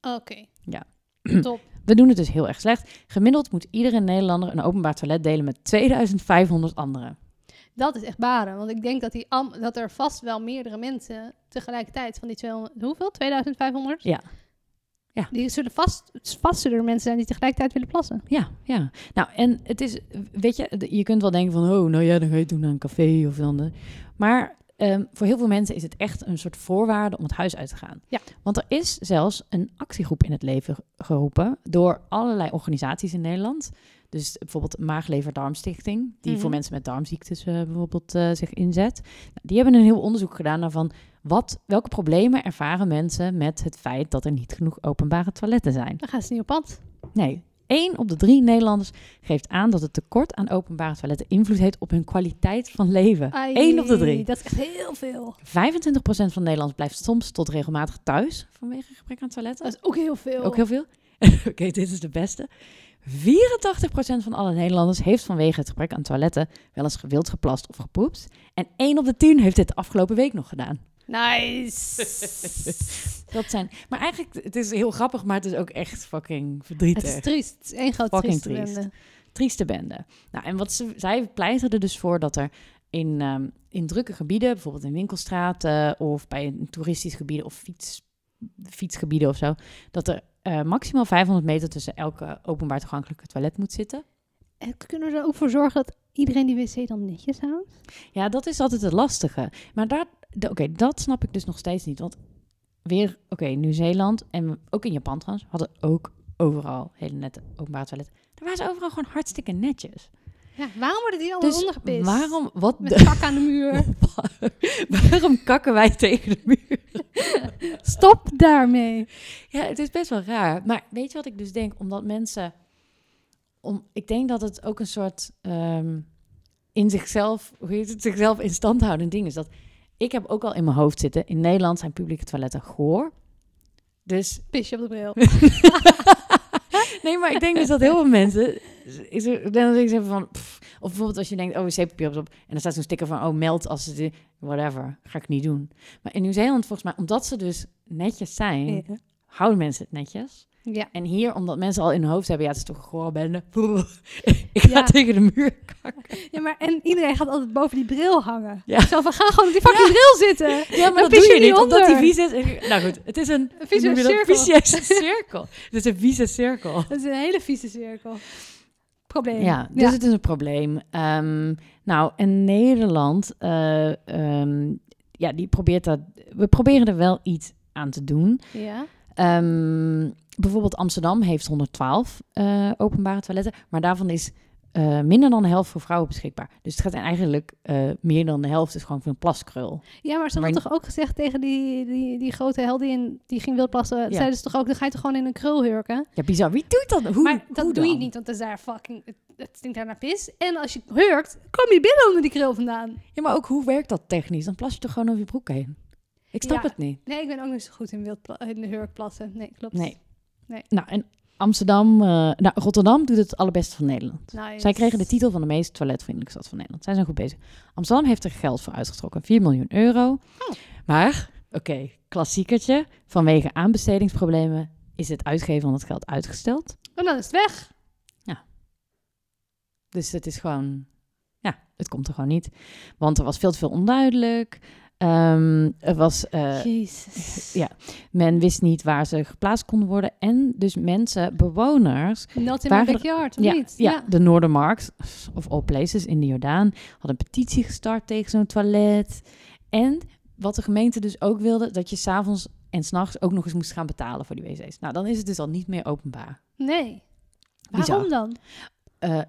Speaker 3: Oké.
Speaker 2: Ja.
Speaker 3: <clears throat> Top.
Speaker 2: We doen het dus heel erg slecht. Gemiddeld moet iedere Nederlander een openbaar toilet delen met 2500 anderen.
Speaker 3: Dat is echt baren. Want ik denk dat, die am- dat er vast wel meerdere mensen tegelijkertijd van die 200, hoeveel? 2500?
Speaker 2: Ja. Ja.
Speaker 3: Die zullen vast, vast zullen er mensen zijn die tegelijkertijd willen plassen.
Speaker 2: Ja, ja. Nou, en het is, weet je, de- je kunt wel denken van, oh, nou ja, dan ga je het doen aan een café of dan. de- Maar ehm, voor heel veel mensen is het echt een soort voorwaarde om het huis uit te gaan.
Speaker 3: Ja.
Speaker 2: Want er is zelfs een actiegroep in het leven geroepen door allerlei organisaties in Nederland. Dus bijvoorbeeld Maag-Lever-Darmstichting, die
Speaker 3: Mhm.
Speaker 2: voor mensen met darmziektes eh, bijvoorbeeld eh, zich inzet. Nou, die hebben een heel onderzoek gedaan naar van wat, welke problemen ervaren mensen met het feit dat er niet genoeg openbare toiletten zijn.
Speaker 3: Dan gaan ze niet op pad.
Speaker 2: Nee, één op de drie Nederlanders geeft aan dat het tekort aan openbare toiletten invloed heeft op hun kwaliteit van leven.
Speaker 3: Ai,
Speaker 2: Eén op Eh, de drie. 25%
Speaker 3: Dat is echt heel veel.
Speaker 2: van Nederlanders blijft soms tot regelmatig thuis vanwege gebrek aan toiletten.
Speaker 3: Dat is ook heel veel.
Speaker 2: Ook heel veel. <laughs> Oké, dit is de beste. 84% van alle Nederlanders heeft vanwege het gebrek aan toiletten wel eens gewild geplast of gepoept. En 1 op de 10 heeft dit de afgelopen week nog gedaan. <laughs>
Speaker 3: Nice.
Speaker 2: Dat zijn. Maar eigenlijk, het is heel grappig, maar het is ook echt fucking
Speaker 3: het
Speaker 2: verdrietig.
Speaker 3: is triest. Het is één groot
Speaker 2: Fucking
Speaker 3: trieste
Speaker 2: triest.
Speaker 3: bende.
Speaker 2: trieste bende. Nou, en wat ze, zij pleiten er dus voor dat er in, ehm, in drukke gebieden, bijvoorbeeld in winkelstraten of bij een toeristisch gebieden of fiets, fietsgebieden of zo, dat er eh, maximaal 500 meter tussen elke openbaar toegankelijke toilet moet zitten.
Speaker 3: En kunnen we er ook voor zorgen dat iedereen die wc dan netjes houdt?
Speaker 2: Ja, dat is altijd het lastige. Maar daar, de- oké, dat snap ik dus nog steeds niet. Want weer, oké, Nieuw-Zeeland en ook in Japan trouwens, hadden ook overal hele nette openbare toiletten. Daar waren ze overal gewoon hartstikke netjes.
Speaker 3: Ja, waarom worden die allemaal
Speaker 2: Dus
Speaker 3: ondergepist?
Speaker 2: waarom, wat de...
Speaker 3: Oh, Met kak aan de muur.
Speaker 2: <laughs> Waarom kakken wij tegen de muur?
Speaker 3: <laughs> Stop daarmee.
Speaker 2: Ja, het is best wel raar. Maar weet je wat ik dus denk? Omdat mensen. Om, ik denk dat het ook een soort. ehm, in zichzelf. Hoe heet het? Zichzelf in stand houden ding is. Dat ik heb ook al in mijn hoofd zitten. In Nederland zijn publieke toiletten goor. Dus.
Speaker 3: Pisje op de bril.
Speaker 2: <laughs> Nee, maar ik denk dus dat heel veel mensen. Is er, dan denk ik even van. pff, of bijvoorbeeld als je denkt. Oh, wc-papier op. En dan staat zo'n sticker van. Oh, meld als het. Whatever. Ga ik niet doen. Maar in Nieuw-Zeeland, volgens mij. Omdat ze dus netjes zijn. Houden mensen het netjes.
Speaker 3: Ja.
Speaker 2: En hier, omdat mensen al in hun hoofd hebben, ja, het is toch een gore bende. <laughs> Ik ga
Speaker 3: Ja.
Speaker 2: tegen de muur kakken.
Speaker 3: ja, maar en iedereen gaat altijd boven die bril hangen.
Speaker 2: Ja.
Speaker 3: Zo van, ga gewoon op die fucking bril zitten.
Speaker 2: Ja,
Speaker 3: Dan pis je niet
Speaker 2: omdat die
Speaker 3: onder.
Speaker 2: vies is. En- Nou goed, het is een...
Speaker 3: Een vieze
Speaker 2: hoe noem je
Speaker 3: cirkel.
Speaker 2: dat? Vicieuze cirkel. Het is een vieze cirkel.
Speaker 3: Dat is een hele vieze cirkel. Probleem.
Speaker 2: Ja, dus het is een probleem. Ehm, nou, en Nederland, eh, ehm, ja, die probeert dat... We proberen er wel iets aan te doen.
Speaker 3: Ja.
Speaker 2: Ehm, bijvoorbeeld Amsterdam heeft 112 eh, openbare toiletten, maar daarvan is eh, minder dan de helft voor vrouwen beschikbaar. Dus het gaat eigenlijk eh, meer dan de helft is gewoon voor een plaskrul.
Speaker 3: Ja, maar ze
Speaker 2: Maar-
Speaker 3: hadden toch ook gezegd tegen die, die, die grote heldin die ging wildplassen.
Speaker 2: Ja.
Speaker 3: Zeiden ze toch ook, dan ga je toch gewoon in een krul hurken.
Speaker 2: Ja, bizar. Wie doet dat? Hoe,
Speaker 3: maar dat
Speaker 2: hoe
Speaker 3: doe je
Speaker 2: dan?
Speaker 3: niet, want dat is daar fucking, het, het stinkt daar naar pis. En als je hurkt, kom je binnen onder die krul vandaan.
Speaker 2: Ja, maar ook hoe werkt dat technisch? Dan plas je toch gewoon over je broek heen? Ik snap
Speaker 3: Ja.
Speaker 2: het niet.
Speaker 3: Nee, ik ben ook niet zo goed in, wildpla- in hurkplassen. Nee, klopt.
Speaker 2: Nee.
Speaker 3: Nee.
Speaker 2: Nou, en Amsterdam, eh, nou, Rotterdam doet het het allerbeste van Nederland.
Speaker 3: Nice.
Speaker 2: Zij kregen de titel van de meest toiletvriendelijke stad van Nederland. Zij zijn goed bezig. Amsterdam heeft er geld voor uitgetrokken, 4 miljoen euro. Maar, oké, klassiekertje. Vanwege aanbestedingsproblemen is het uitgeven van het geld uitgesteld.
Speaker 3: En Oh, dan is het weg.
Speaker 2: Dus het is gewoon, ja, het komt er gewoon niet. Want er was veel te veel onduidelijk. Ehm, Ehm, er was, eh,
Speaker 3: Jezus.
Speaker 2: ja. men wist niet waar ze geplaatst konden worden. En dus mensen, bewoners,
Speaker 3: Not in
Speaker 2: Waren
Speaker 3: my
Speaker 2: er-
Speaker 3: backyard, of
Speaker 2: ja,
Speaker 3: niet?
Speaker 2: ja, de Noordermarkt, of all places in de Jordaan, had een petitie gestart tegen zo'n toilet. En wat de gemeente dus ook wilde, dat je s'avonds en s'nachts ook nog eens moest gaan betalen voor die wc's. Nou, dan is het dus al niet meer openbaar.
Speaker 3: Nee.
Speaker 2: Bizar.
Speaker 3: Waarom dan?
Speaker 2: Eh,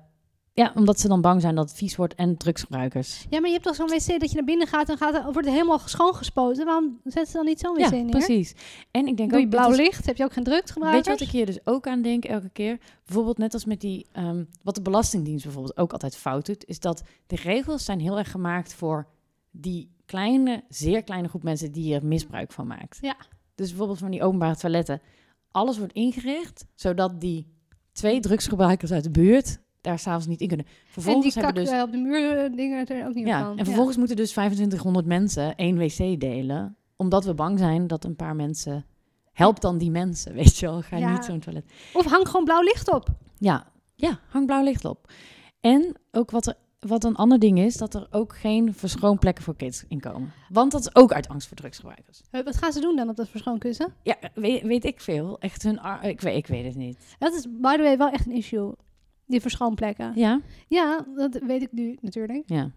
Speaker 2: ja, omdat ze dan bang zijn dat het vies wordt en drugsgebruikers.
Speaker 3: Ja, maar je hebt toch zo'n wc dat je naar binnen gaat en gaat, er- wordt er helemaal schoongespoten. Waarom zetten ze dan niet zo'n wc
Speaker 2: Ja,
Speaker 3: neer?
Speaker 2: precies. En ik denk
Speaker 3: Doe je
Speaker 2: ook... dus- dit
Speaker 3: blauw
Speaker 2: is-
Speaker 3: licht? Heb je ook geen
Speaker 2: Weet
Speaker 3: drugsgebruikers?
Speaker 2: je wat ik hier dus ook aan denk elke keer? Bijvoorbeeld net als met die, ehm, wat de Belastingdienst bijvoorbeeld ook altijd fout doet, is dat de regels zijn heel erg gemaakt voor die kleine, zeer kleine groep mensen die er misbruik van maakt.
Speaker 3: Ja.
Speaker 2: Dus bijvoorbeeld van die openbare toiletten. Alles wordt ingericht zodat die twee drugsgebruikers uit de buurt daar s'avonds niet in kunnen.
Speaker 3: en die
Speaker 2: Vervolgens
Speaker 3: kak
Speaker 2: hebben dus,
Speaker 3: eh, op de muur eh, dingen er ook niet op
Speaker 2: ja,
Speaker 3: kan.
Speaker 2: en vervolgens moeten dus 2500 mensen één wc delen, omdat we bang zijn dat een paar mensen. Help dan die mensen, weet je wel. Ga
Speaker 3: Ja.
Speaker 2: niet zo'n toilet.
Speaker 3: Of hang gewoon blauw licht op.
Speaker 2: Ja, ja, hang blauw licht op. En ook wat, er, wat een ander ding is, dat er ook geen verschoonplekken voor kids in komen. Want dat is ook uit angst voor drugsgebruikers.
Speaker 3: Eh, Wat gaan ze doen dan op dat verschoonkussen?
Speaker 2: Ja, weet, weet ik veel. Echt hun ar- ik, weet, ik weet het niet.
Speaker 3: Dat is, by the way, wel echt een issue. Die verschoonplekken.
Speaker 2: Ja?
Speaker 3: Ja, dat weet ik nu natuurlijk.
Speaker 2: Ja.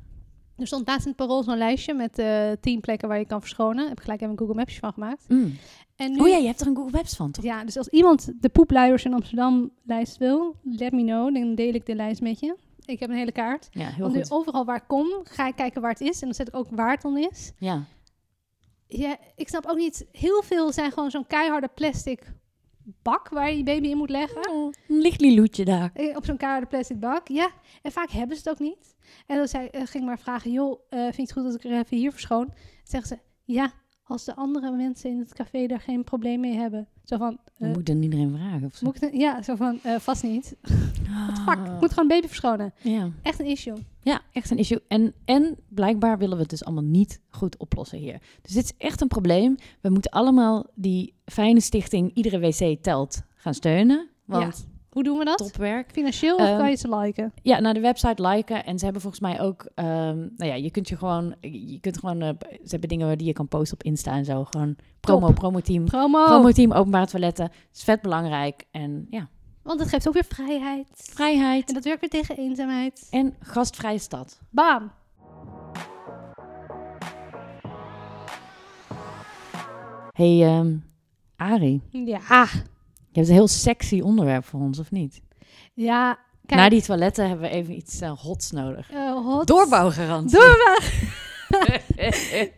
Speaker 3: Er stond laatst in het parool zo'n lijstje met eh tien plekken waar je kan verschonen. Heb ik gelijk even een Google Maps van gemaakt.
Speaker 2: Mm.
Speaker 3: En nu,
Speaker 2: Oh ja, je hebt er een Google Maps van, toch?
Speaker 3: Ja, dus als iemand de poepluiers in Amsterdam lijst wil, let me know. Dan deel ik de lijst met je. Ik heb een hele kaart.
Speaker 2: Ja, heel
Speaker 3: Want nu
Speaker 2: goed.
Speaker 3: overal waar ik kom, ga ik kijken waar het is. En dan zet ik ook waar het dan is.
Speaker 2: Ja.
Speaker 3: Ja, ik snap ook niet. Heel veel zijn gewoon zo'n keiharde plastic bak waar je je baby in moet leggen.
Speaker 2: Een licht liloetje daar.
Speaker 3: Eh, Op zo'n keiharde plastic bak. Ja, en vaak hebben ze het ook niet. En dan zei, eh, ging ik maar vragen: joh, eh, vind je het goed dat ik er even hier verschoon? Dan zeggen ze: ja, als de andere mensen in het café daar geen probleem mee hebben. Zo van: eh,
Speaker 2: Dan moet ik dan iedereen vragen of zo.
Speaker 3: moet ik het- ja, zo van eh, vast niet.
Speaker 2: Ah.
Speaker 3: Fuck, ik moet gewoon baby verschonen.
Speaker 2: Ja.
Speaker 3: Echt een issue.
Speaker 2: Ja, echt een issue. En, en blijkbaar willen we het dus allemaal niet goed oplossen hier. Dus dit is echt een probleem. We moeten allemaal die fijne stichting Iedere WC Telt gaan steunen. Want
Speaker 3: Hoe doen we dat?
Speaker 2: topwerk.
Speaker 3: Financieel of
Speaker 2: Ehm,
Speaker 3: kan je ze liken?
Speaker 2: Ja, naar de website liken. En ze hebben volgens mij ook... ehm, nou ja, je kunt je gewoon... Je kunt gewoon eh, ze hebben dingen die je kan posten op Insta en zo. Gewoon promo, promo team.
Speaker 3: Promo.
Speaker 2: Promo team, openbaar toiletten. Het is vet belangrijk. En ja,
Speaker 3: Want het geeft ook weer vrijheid.
Speaker 2: vrijheid.
Speaker 3: En dat werkt weer tegen eenzaamheid.
Speaker 2: En gastvrije stad.
Speaker 3: Bam!
Speaker 2: hey, ehm Ari.
Speaker 3: Ja.
Speaker 2: Je hebt een heel sexy onderwerp voor ons, of niet?
Speaker 3: Ja. Kijk,
Speaker 2: Na die toiletten hebben we even iets eh, hots nodig.
Speaker 3: eh, hot.
Speaker 2: Doorbouwgarantie. <laughs>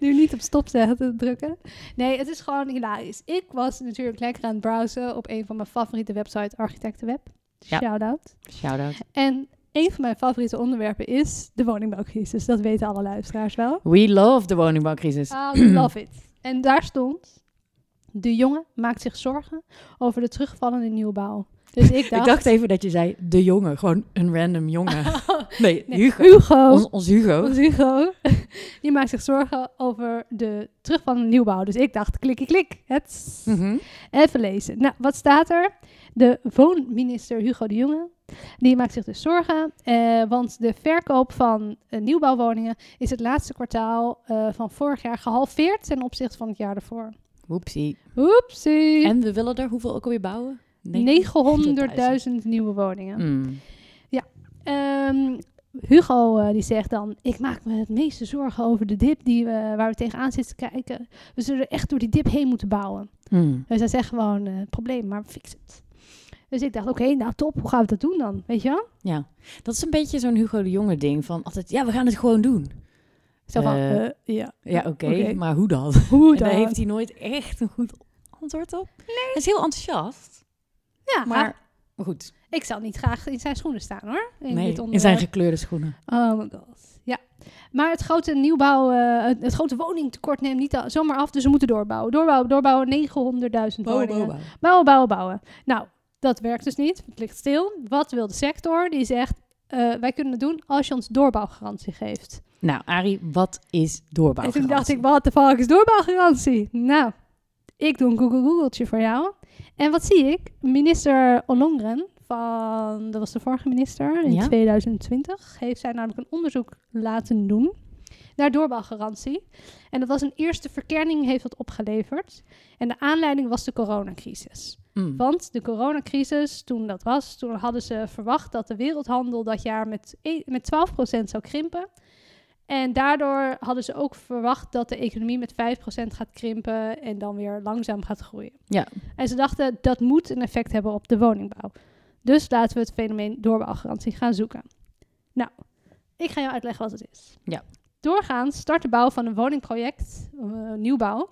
Speaker 3: Nu niet op stop zetten drukken. Nee, het is gewoon hilarisch. Ik was natuurlijk lekker aan het browsen op een van mijn favoriete websites, Architectenweb.
Speaker 2: Ja.
Speaker 3: Shout-out.
Speaker 2: Shout-out.
Speaker 3: En een van mijn favoriete onderwerpen is de woningbouwcrisis. Dat weten alle luisteraars wel.
Speaker 2: We love de woningbouwcrisis.
Speaker 3: I love it. En daar stond... De jongen maakt zich zorgen over de terugvallende nieuwbouw. Dus
Speaker 2: <laughs>
Speaker 3: ik dacht...
Speaker 2: Ik dacht even dat je zei de jongen, gewoon een random
Speaker 3: <laughs>
Speaker 2: jongen. Nee,
Speaker 3: Oh. Nee,
Speaker 2: Hugo.
Speaker 3: Hugo.
Speaker 2: Ons, ons Hugo.
Speaker 3: Ons Hugo, <laughs> die maakt zich zorgen over de terug van de nieuwbouw. Dus ik dacht, klikkie klik, het
Speaker 2: Mhm.
Speaker 3: even lezen. Nou, wat staat er? De woonminister Hugo de Jonge, die maakt zich dus zorgen, eh, want de verkoop van eh, nieuwbouwwoningen is het laatste kwartaal eh, van vorig jaar gehalveerd ten opzichte van het jaar daarvoor.
Speaker 2: Oepsie.
Speaker 3: Oepsie!
Speaker 2: En we willen er hoeveel ook alweer bouwen? Nee.
Speaker 3: 900.000 nieuwe woningen.
Speaker 2: Mm.
Speaker 3: Ehm, Hugo eh, die zegt dan: Ik maak me het meeste zorgen over de dip die we, waar we tegenaan zitten te kijken. We zullen echt door die dip heen moeten bouwen.
Speaker 2: Mm.
Speaker 3: Dus hij zegt gewoon: eh, probleem, maar fix het. Dus ik dacht: Oké, nou top, hoe gaan we dat doen dan? Weet je wel?
Speaker 2: Ja, dat is een beetje zo'n Hugo de Jonge ding van altijd, ja, we gaan het gewoon doen.
Speaker 3: Zo van:
Speaker 2: Eh,
Speaker 3: eh, Ja,
Speaker 2: Ja, oké,
Speaker 3: Oké.
Speaker 2: maar hoe dan?
Speaker 3: <laughs> hoe
Speaker 2: En
Speaker 3: dan?
Speaker 2: daar heeft hij nooit echt een goed antwoord op. Nee. Hij is heel enthousiast,
Speaker 3: ja, maar
Speaker 2: maar maar goed.
Speaker 3: ik zal niet graag in zijn schoenen staan hoor. In,
Speaker 2: Nee,
Speaker 3: dit
Speaker 2: in zijn
Speaker 3: onderwerp.
Speaker 2: gekleurde schoenen.
Speaker 3: Oh my god. Ja. Maar het grote nieuwbouw, eh, het, het grote woningtekort neemt niet al- zomaar af, dus we moeten doorbouwen. Doorbouwen, doorbouwen, 900.000 woningen. Bouwen, bouwen, bouwen. Nou, dat werkt dus niet. Het ligt stil. Wat wil de sector? Die zegt, eh, wij kunnen het doen als je ons doorbouwgarantie geeft.
Speaker 2: Nou, Arie, wat is
Speaker 3: En
Speaker 2: doorbouwgarantie?
Speaker 3: toen dacht ik, wat de fuck is doorbouwgarantie? Nou, ik doe een Google Googletje voor jou. En wat zie ik? Minister Ollongren van, dat was de vorige minister, in
Speaker 2: Ja.
Speaker 3: 2020, heeft zij namelijk een onderzoek laten doen naar doorbelgarantie. En dat was een eerste verkenning heeft dat opgeleverd. En de aanleiding was de coronacrisis.
Speaker 2: Mm.
Speaker 3: Want de coronacrisis, toen dat was, toen hadden ze verwacht dat de wereldhandel dat jaar met, e- met 12% zou krimpen. En daardoor hadden ze ook verwacht dat de economie met 5% gaat krimpen en dan weer langzaam gaat groeien.
Speaker 2: Ja.
Speaker 3: En ze dachten dat moet een effect hebben op de woningbouw. Dus laten we het fenomeen doorbouwgarantie gaan zoeken. Nou, ik ga jou uitleggen wat het is.
Speaker 2: Ja.
Speaker 3: Doorgaans start de bouw van een woningproject, eh, nieuwbouw,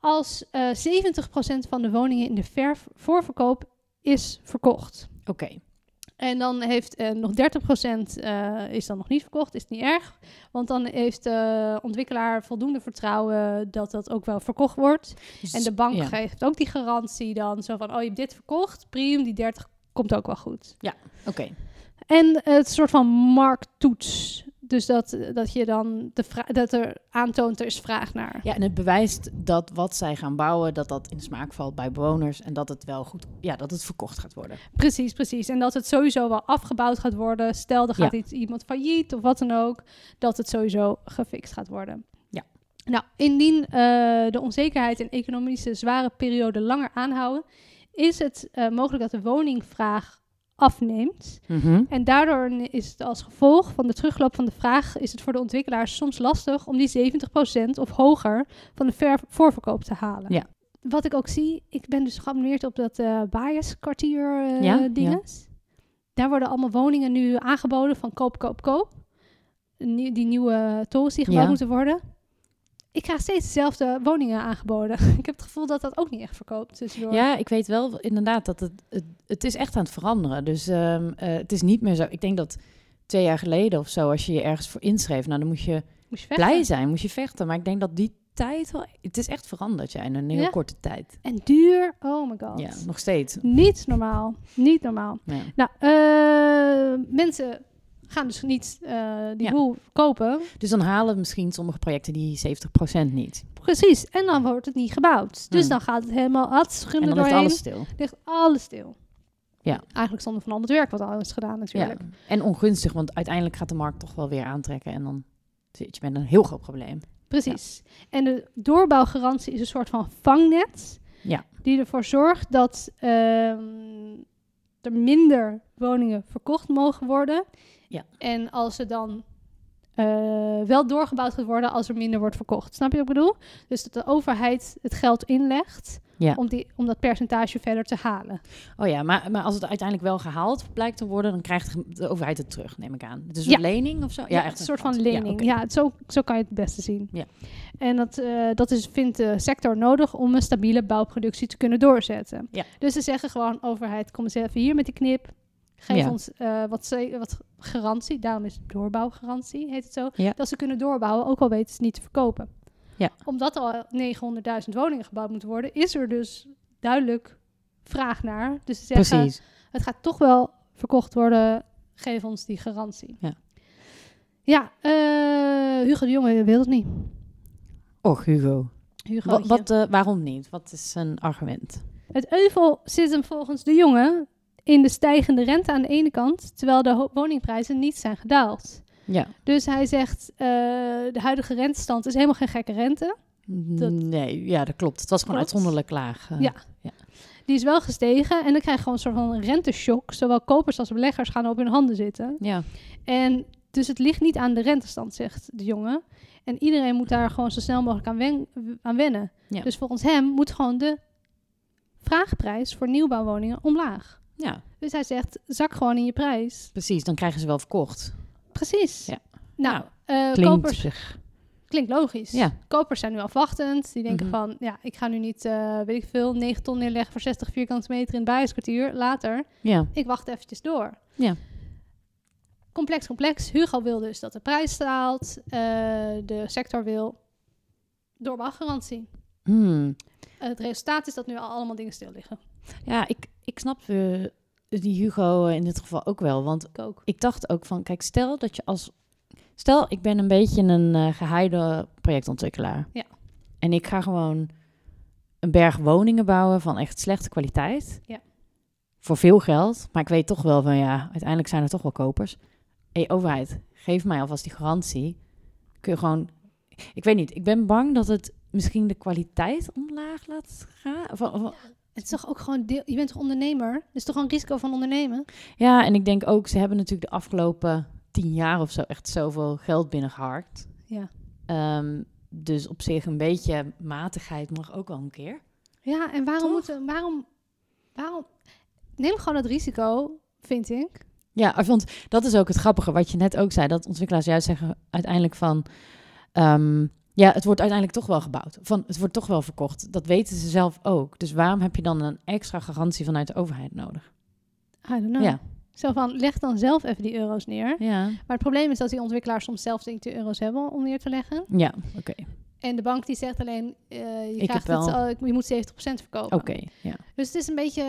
Speaker 3: als eh 70% van de woningen in de ver- voorverkoop is verkocht.
Speaker 2: Oké.
Speaker 3: En dan heeft eh, nog 30% eh, is dan nog niet verkocht, is niet erg. Want dan heeft de ontwikkelaar voldoende vertrouwen dat dat ook wel verkocht wordt. En de bank
Speaker 2: Ja.
Speaker 3: geeft ook die garantie dan. Zo van, oh, je hebt dit verkocht, prima, die 30 komt ook wel goed.
Speaker 2: Oké.
Speaker 3: En het soort van markttoets. Dus dat, dat je dan de vra- dat er aantoont, er is vraag naar.
Speaker 2: Ja, en het bewijst dat wat zij gaan bouwen, dat dat in de smaak valt bij bewoners en dat het wel goed, ja, dat het verkocht gaat worden.
Speaker 3: Precies, precies. En dat het sowieso wel afgebouwd gaat worden. Stel, er gaat
Speaker 2: Ja.
Speaker 3: iets, iemand failliet of wat dan ook. Dat het sowieso gefixt gaat worden.
Speaker 2: Ja.
Speaker 3: Nou, indien eh, de onzekerheid en economische zware periode langer aanhouden... is het eh, mogelijk dat de woningvraag afneemt... En daardoor is het als gevolg van de terugloop van de vraag... is het voor de ontwikkelaars soms lastig om die 70% of hoger van de ver- voorverkoop te halen.
Speaker 2: Ja.
Speaker 3: Wat ik ook zie, ik ben dus geabonneerd op dat eh biaskwartier eh
Speaker 2: Ja, ja.
Speaker 3: dinges. Daar worden allemaal woningen nu aangeboden van koop, koop, koop. Nie- die nieuwe torens die gebouwd
Speaker 2: Ja.
Speaker 3: moeten worden. Ik krijg steeds dezelfde woningen aangeboden. <laughs> ik heb het gevoel dat dat ook niet echt verkoopt. Dus door...
Speaker 2: Ja, ik weet wel inderdaad dat het, het, het is echt aan het veranderen. Dus ehm, eh, het is niet meer zo. Ik denk dat twee jaar geleden of zo, als je je ergens voor inschreef, nou dan moest je
Speaker 3: Moest je vechten.
Speaker 2: blij zijn, moest je vechten. Maar ik denk dat die tijd wel, het is echt veranderd ja, in een heel
Speaker 3: Ja.
Speaker 2: korte tijd.
Speaker 3: En duur, oh my god.
Speaker 2: Ja, nog steeds.
Speaker 3: Niet normaal, niet normaal.
Speaker 2: Ja.
Speaker 3: Nou, eh, mensen gaan dus niet eh, die
Speaker 2: Ja.
Speaker 3: boel kopen.
Speaker 2: Dus dan halen misschien sommige projecten die 70% niet.
Speaker 3: Precies. En dan wordt het niet gebouwd. Dus
Speaker 2: Hmm.
Speaker 3: dan gaat het helemaal hartstikke
Speaker 2: En dan ligt
Speaker 3: doorheen.
Speaker 2: alles stil.
Speaker 3: ligt alles stil.
Speaker 2: Ja.
Speaker 3: Eigenlijk zonder van al het werk wat al is gedaan
Speaker 2: Ja.
Speaker 3: natuurlijk.
Speaker 2: En ongunstig, want uiteindelijk gaat de markt toch wel weer aantrekken. En dan zit je met een heel groot probleem.
Speaker 3: Precies. En de doorbouwgarantie is een soort van vangnet.
Speaker 2: Ja.
Speaker 3: Die ervoor zorgt dat ehm, er minder woningen verkocht mogen worden.
Speaker 2: Ja.
Speaker 3: En als ze dan eh, wel doorgebouwd gaat worden als er minder wordt verkocht. Snap je wat ik bedoel? Dus dat de overheid het geld inlegt
Speaker 2: Ja.
Speaker 3: om, die, om dat percentage verder te halen.
Speaker 2: Oh ja, maar, maar als het uiteindelijk wel gehaald blijkt te worden, dan krijgt de overheid het terug, neem ik aan. Het is een
Speaker 3: Ja.
Speaker 2: lening of zo?
Speaker 3: Ja, echt een soort van
Speaker 2: vat.
Speaker 3: lening. Ja,
Speaker 2: oké.
Speaker 3: het- zo, zo kan je het het beste zien.
Speaker 2: Ja.
Speaker 3: En dat, eh, dat is, vindt de sector nodig om een stabiele bouwproductie te kunnen doorzetten.
Speaker 2: Ja.
Speaker 3: Dus ze zeggen gewoon, overheid, kom eens even hier met die knip. Geef
Speaker 2: Ja.
Speaker 3: ons eh, wat, ze- wat garantie. Daarom is het doorbouwgarantie, heet het zo.
Speaker 2: Ja.
Speaker 3: Dat ze kunnen doorbouwen, ook al weten ze niet te verkopen.
Speaker 2: Ja.
Speaker 3: Omdat al 900.000 woningen gebouwd moeten worden, is er dus duidelijk vraag naar. Dus ze zeggen,
Speaker 2: Precies.
Speaker 3: het gaat toch wel verkocht worden. Geef ons die garantie.
Speaker 2: Ja.
Speaker 3: Ja, eh, Hugo de Jonge wil het niet.
Speaker 2: Och, Hugo.
Speaker 3: Hugo,
Speaker 2: Wat, wat, eh, waarom niet? Wat is een argument?
Speaker 3: Het euvel zit hem volgens de Jonge in de stijgende rente aan de ene kant, terwijl de ho- woningprijzen niet zijn gedaald.
Speaker 2: Ja.
Speaker 3: Dus hij zegt, eh, de huidige rentestand is helemaal geen gekke rente. Dat-
Speaker 2: Nee, ja, dat klopt. Het was gewoon
Speaker 3: Klopt.
Speaker 2: uitzonderlijk laag. eh.
Speaker 3: Ja. Die is wel gestegen en dan krijg je gewoon een soort van renteshock. Zowel kopers als beleggers gaan op hun handen zitten.
Speaker 2: ja.
Speaker 3: En dus het ligt niet aan de rentestand, zegt de jongen. En iedereen moet daar gewoon zo snel mogelijk aan, wen- aan wennen.
Speaker 2: Ja.
Speaker 3: Dus volgens hem moet gewoon de vraagprijs voor nieuwbouwwoningen omlaag.
Speaker 2: Ja,
Speaker 3: Dus hij zegt, zak gewoon in je prijs.
Speaker 2: precies. Dan krijgen ze wel verkocht.
Speaker 3: Precies.
Speaker 2: Ja.
Speaker 3: Nou, eh,
Speaker 2: Klinkt
Speaker 3: kopers,
Speaker 2: zich.
Speaker 3: klinkt logisch.
Speaker 2: Ja.
Speaker 3: Kopers zijn nu afwachtend. Die denken
Speaker 2: Mhm.
Speaker 3: van, ja, ik ga nu niet, eh, weet ik veel, 9 ton neerleggen voor 60 vierkante meter in het bijenskwartier. Later,
Speaker 2: Ja.
Speaker 3: ik wacht eventjes door.
Speaker 2: Ja.
Speaker 3: Complex, complex. Hugo wil dus dat de prijs daalt. Eh, de sector wil doorbouwgarantie.
Speaker 2: Hmm.
Speaker 3: het resultaat is dat nu al allemaal dingen stil liggen.
Speaker 2: Ja, ik, ik snap eh, die Hugo eh, in dit geval ook wel. Want
Speaker 3: Ik ook.
Speaker 2: ik dacht ook van, kijk, stel dat je als... Stel, ik ben een beetje een eh geheide projectontwikkelaar.
Speaker 3: Ja.
Speaker 2: En ik ga gewoon een berg woningen bouwen van echt slechte kwaliteit.
Speaker 3: Ja.
Speaker 2: Voor veel geld. Maar ik weet toch wel van, ja, uiteindelijk zijn er toch wel kopers. Hé, overheid, geef mij alvast die garantie. kun je gewoon... Ik weet niet, ik ben bang dat het misschien de kwaliteit omlaag laat gaan. Of- of-
Speaker 3: Het is toch ook gewoon deel. Je bent toch ondernemer? Dat is toch gewoon risico van ondernemen?
Speaker 2: ja, en ik denk ook, ze hebben natuurlijk de afgelopen tien jaar of zo echt zoveel geld binnengeharkt.
Speaker 3: Ja.
Speaker 2: Ehm, dus op zich een beetje matigheid mag ook wel een keer.
Speaker 3: Ja, en waarom
Speaker 2: Toch?
Speaker 3: moeten. Waarom, waarom. Neem gewoon dat risico, vind ik.
Speaker 2: Ja, ik vond dat is ook het grappige wat je net ook zei. Dat ontwikkelaars juist zeggen uiteindelijk van... ehm, ja, het wordt uiteindelijk toch wel gebouwd. Van, het wordt toch wel verkocht. Dat weten ze zelf ook. Dus waarom heb je dan een extra garantie vanuit de overheid nodig?
Speaker 3: I don't know.
Speaker 2: Ja.
Speaker 3: Zo van, leg dan zelf even die euro's neer.
Speaker 2: Nou. Ja,
Speaker 3: Maar het probleem is dat die ontwikkelaars soms zelf denk ik, de euro's hebben om neer te leggen.
Speaker 2: ja oké.
Speaker 3: En de bank die zegt alleen, eh, je,
Speaker 2: Ik
Speaker 3: krijgt
Speaker 2: heb
Speaker 3: het,
Speaker 2: wel-
Speaker 3: eh, je moet 70% verkopen.
Speaker 2: Oké, ja.
Speaker 3: Dus het is een beetje,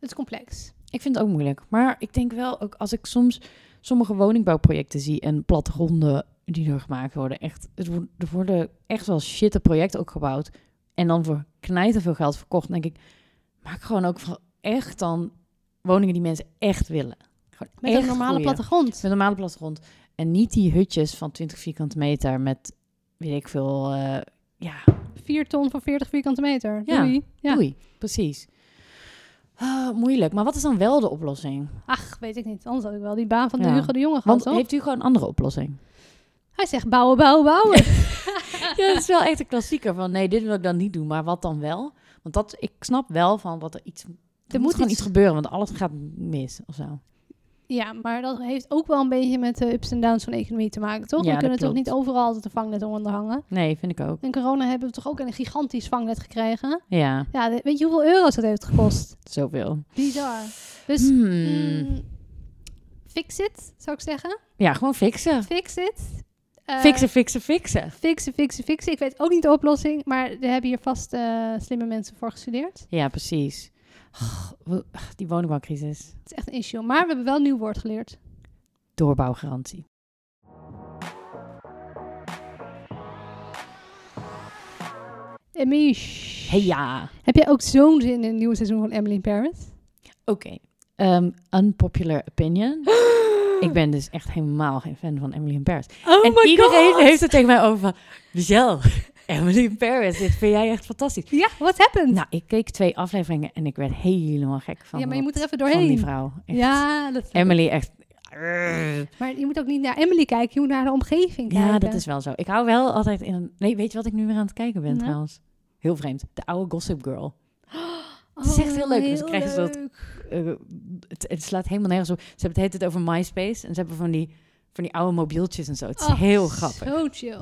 Speaker 3: het is complex.
Speaker 2: Ik vind het ook moeilijk. Maar ik denk wel, ook als ik soms sommige woningbouwprojecten zie... en plattegronden die er gemaakt worden... Echt, het wo- er worden echt wel shitte projecten ook gebouwd... en dan voor knijten veel geld verkocht. Dan denk ik, maak gewoon ook voor echt dan woningen die mensen echt willen. Gewoon
Speaker 3: Met
Speaker 2: echt
Speaker 3: een normale
Speaker 2: goeie.
Speaker 3: plattegrond.
Speaker 2: Met een normale plattegrond. En niet die hutjes van 20 vierkante meter met, weet ik veel... eh, ja,
Speaker 3: 4 ton voor 40 vierkante meter.
Speaker 2: Ja.
Speaker 3: Doei. Ja.
Speaker 2: doei. Precies. Ah, moeilijk. Maar wat is dan wel de oplossing?
Speaker 3: Ach, weet ik niet. Anders had ik wel die baan van de
Speaker 2: Ja.
Speaker 3: Hugo de Jonge gehad,
Speaker 2: Want
Speaker 3: toch?
Speaker 2: heeft u gewoon een andere oplossing?
Speaker 3: Hij zegt bouwen, bouwen, bouwen. <laughs>
Speaker 2: Ja, dat is wel echt een klassieker van nee, dit wil ik dan niet doen, maar wat dan wel? Want dat, ik snap wel van wat er iets. Er, moet,
Speaker 3: moet
Speaker 2: gewoon
Speaker 3: iets-
Speaker 2: iets gebeuren, want alles gaat mis of zo.
Speaker 3: ja, maar dat heeft ook wel een beetje met de ups en downs van de economie te maken, toch?
Speaker 2: Ja,
Speaker 3: we kunnen
Speaker 2: dat
Speaker 3: toch
Speaker 2: klopt.
Speaker 3: niet overal altijd een vangnet onderhangen.
Speaker 2: Nee, vind ik ook.
Speaker 3: En corona hebben we toch ook een gigantisch vangnet gekregen.
Speaker 2: Ja,
Speaker 3: Ja, de- weet je hoeveel euro's dat heeft gekost?
Speaker 2: zoveel.
Speaker 3: Bizar. Dus
Speaker 2: Hmm.
Speaker 3: mm, fix it, zou ik zeggen.
Speaker 2: Ja, gewoon fixen.
Speaker 3: Fix it. Eh,
Speaker 2: fixen, fixen, fixen.
Speaker 3: Fixen, fixen, fixen. Ik weet ook niet de oplossing, maar er hebben hier vast eh, slimme mensen voor gestudeerd.
Speaker 2: Ja, precies. Ach, we- ach, Die woningbouwcrisis.
Speaker 3: Het is echt een issue. Maar we hebben wel een nieuw woord geleerd.
Speaker 2: Doorbouwgarantie.
Speaker 3: Emish.
Speaker 2: Hey ja.
Speaker 3: Heb jij ook zo'n zin in het nieuwe seizoen van Emily in Paris?
Speaker 2: Oké. Ehm, unpopular <gasps> opinion. <gasps> Ik ben dus echt helemaal geen fan van Emily in Paris.
Speaker 3: Oh
Speaker 2: en iedereen heeft het tegen mij over van... Michelle, Emily in Paris, dit vind jij echt fantastisch.
Speaker 3: Ja, what happened?
Speaker 2: Nou, ik keek twee afleveringen en ik werd helemaal gek van,
Speaker 3: ja, maar je
Speaker 2: dat-
Speaker 3: moet er even
Speaker 2: van die
Speaker 3: doorheen.
Speaker 2: vrouw. Echt.
Speaker 3: Ja, dat
Speaker 2: Emily echt...
Speaker 3: maar je moet ook niet naar Emily kijken, je moet naar de omgeving kijken.
Speaker 2: Ja, dat is wel zo. Ik hou wel altijd in een... Nee, weet je wat ik nu weer aan het kijken ben
Speaker 3: Nou?
Speaker 2: trouwens? Heel vreemd. De oude Gossip Girl.
Speaker 3: Oh,
Speaker 2: is echt heel leuk, want dan
Speaker 3: heel
Speaker 2: krijgen ze dat-
Speaker 3: leuk.
Speaker 2: Eh, het, het slaat helemaal nergens op. Ze hebben het heet het over MySpace en ze hebben van die, van die oude mobieltjes en zo. Het is
Speaker 3: Oh,
Speaker 2: heel grappig.
Speaker 3: Zo chill.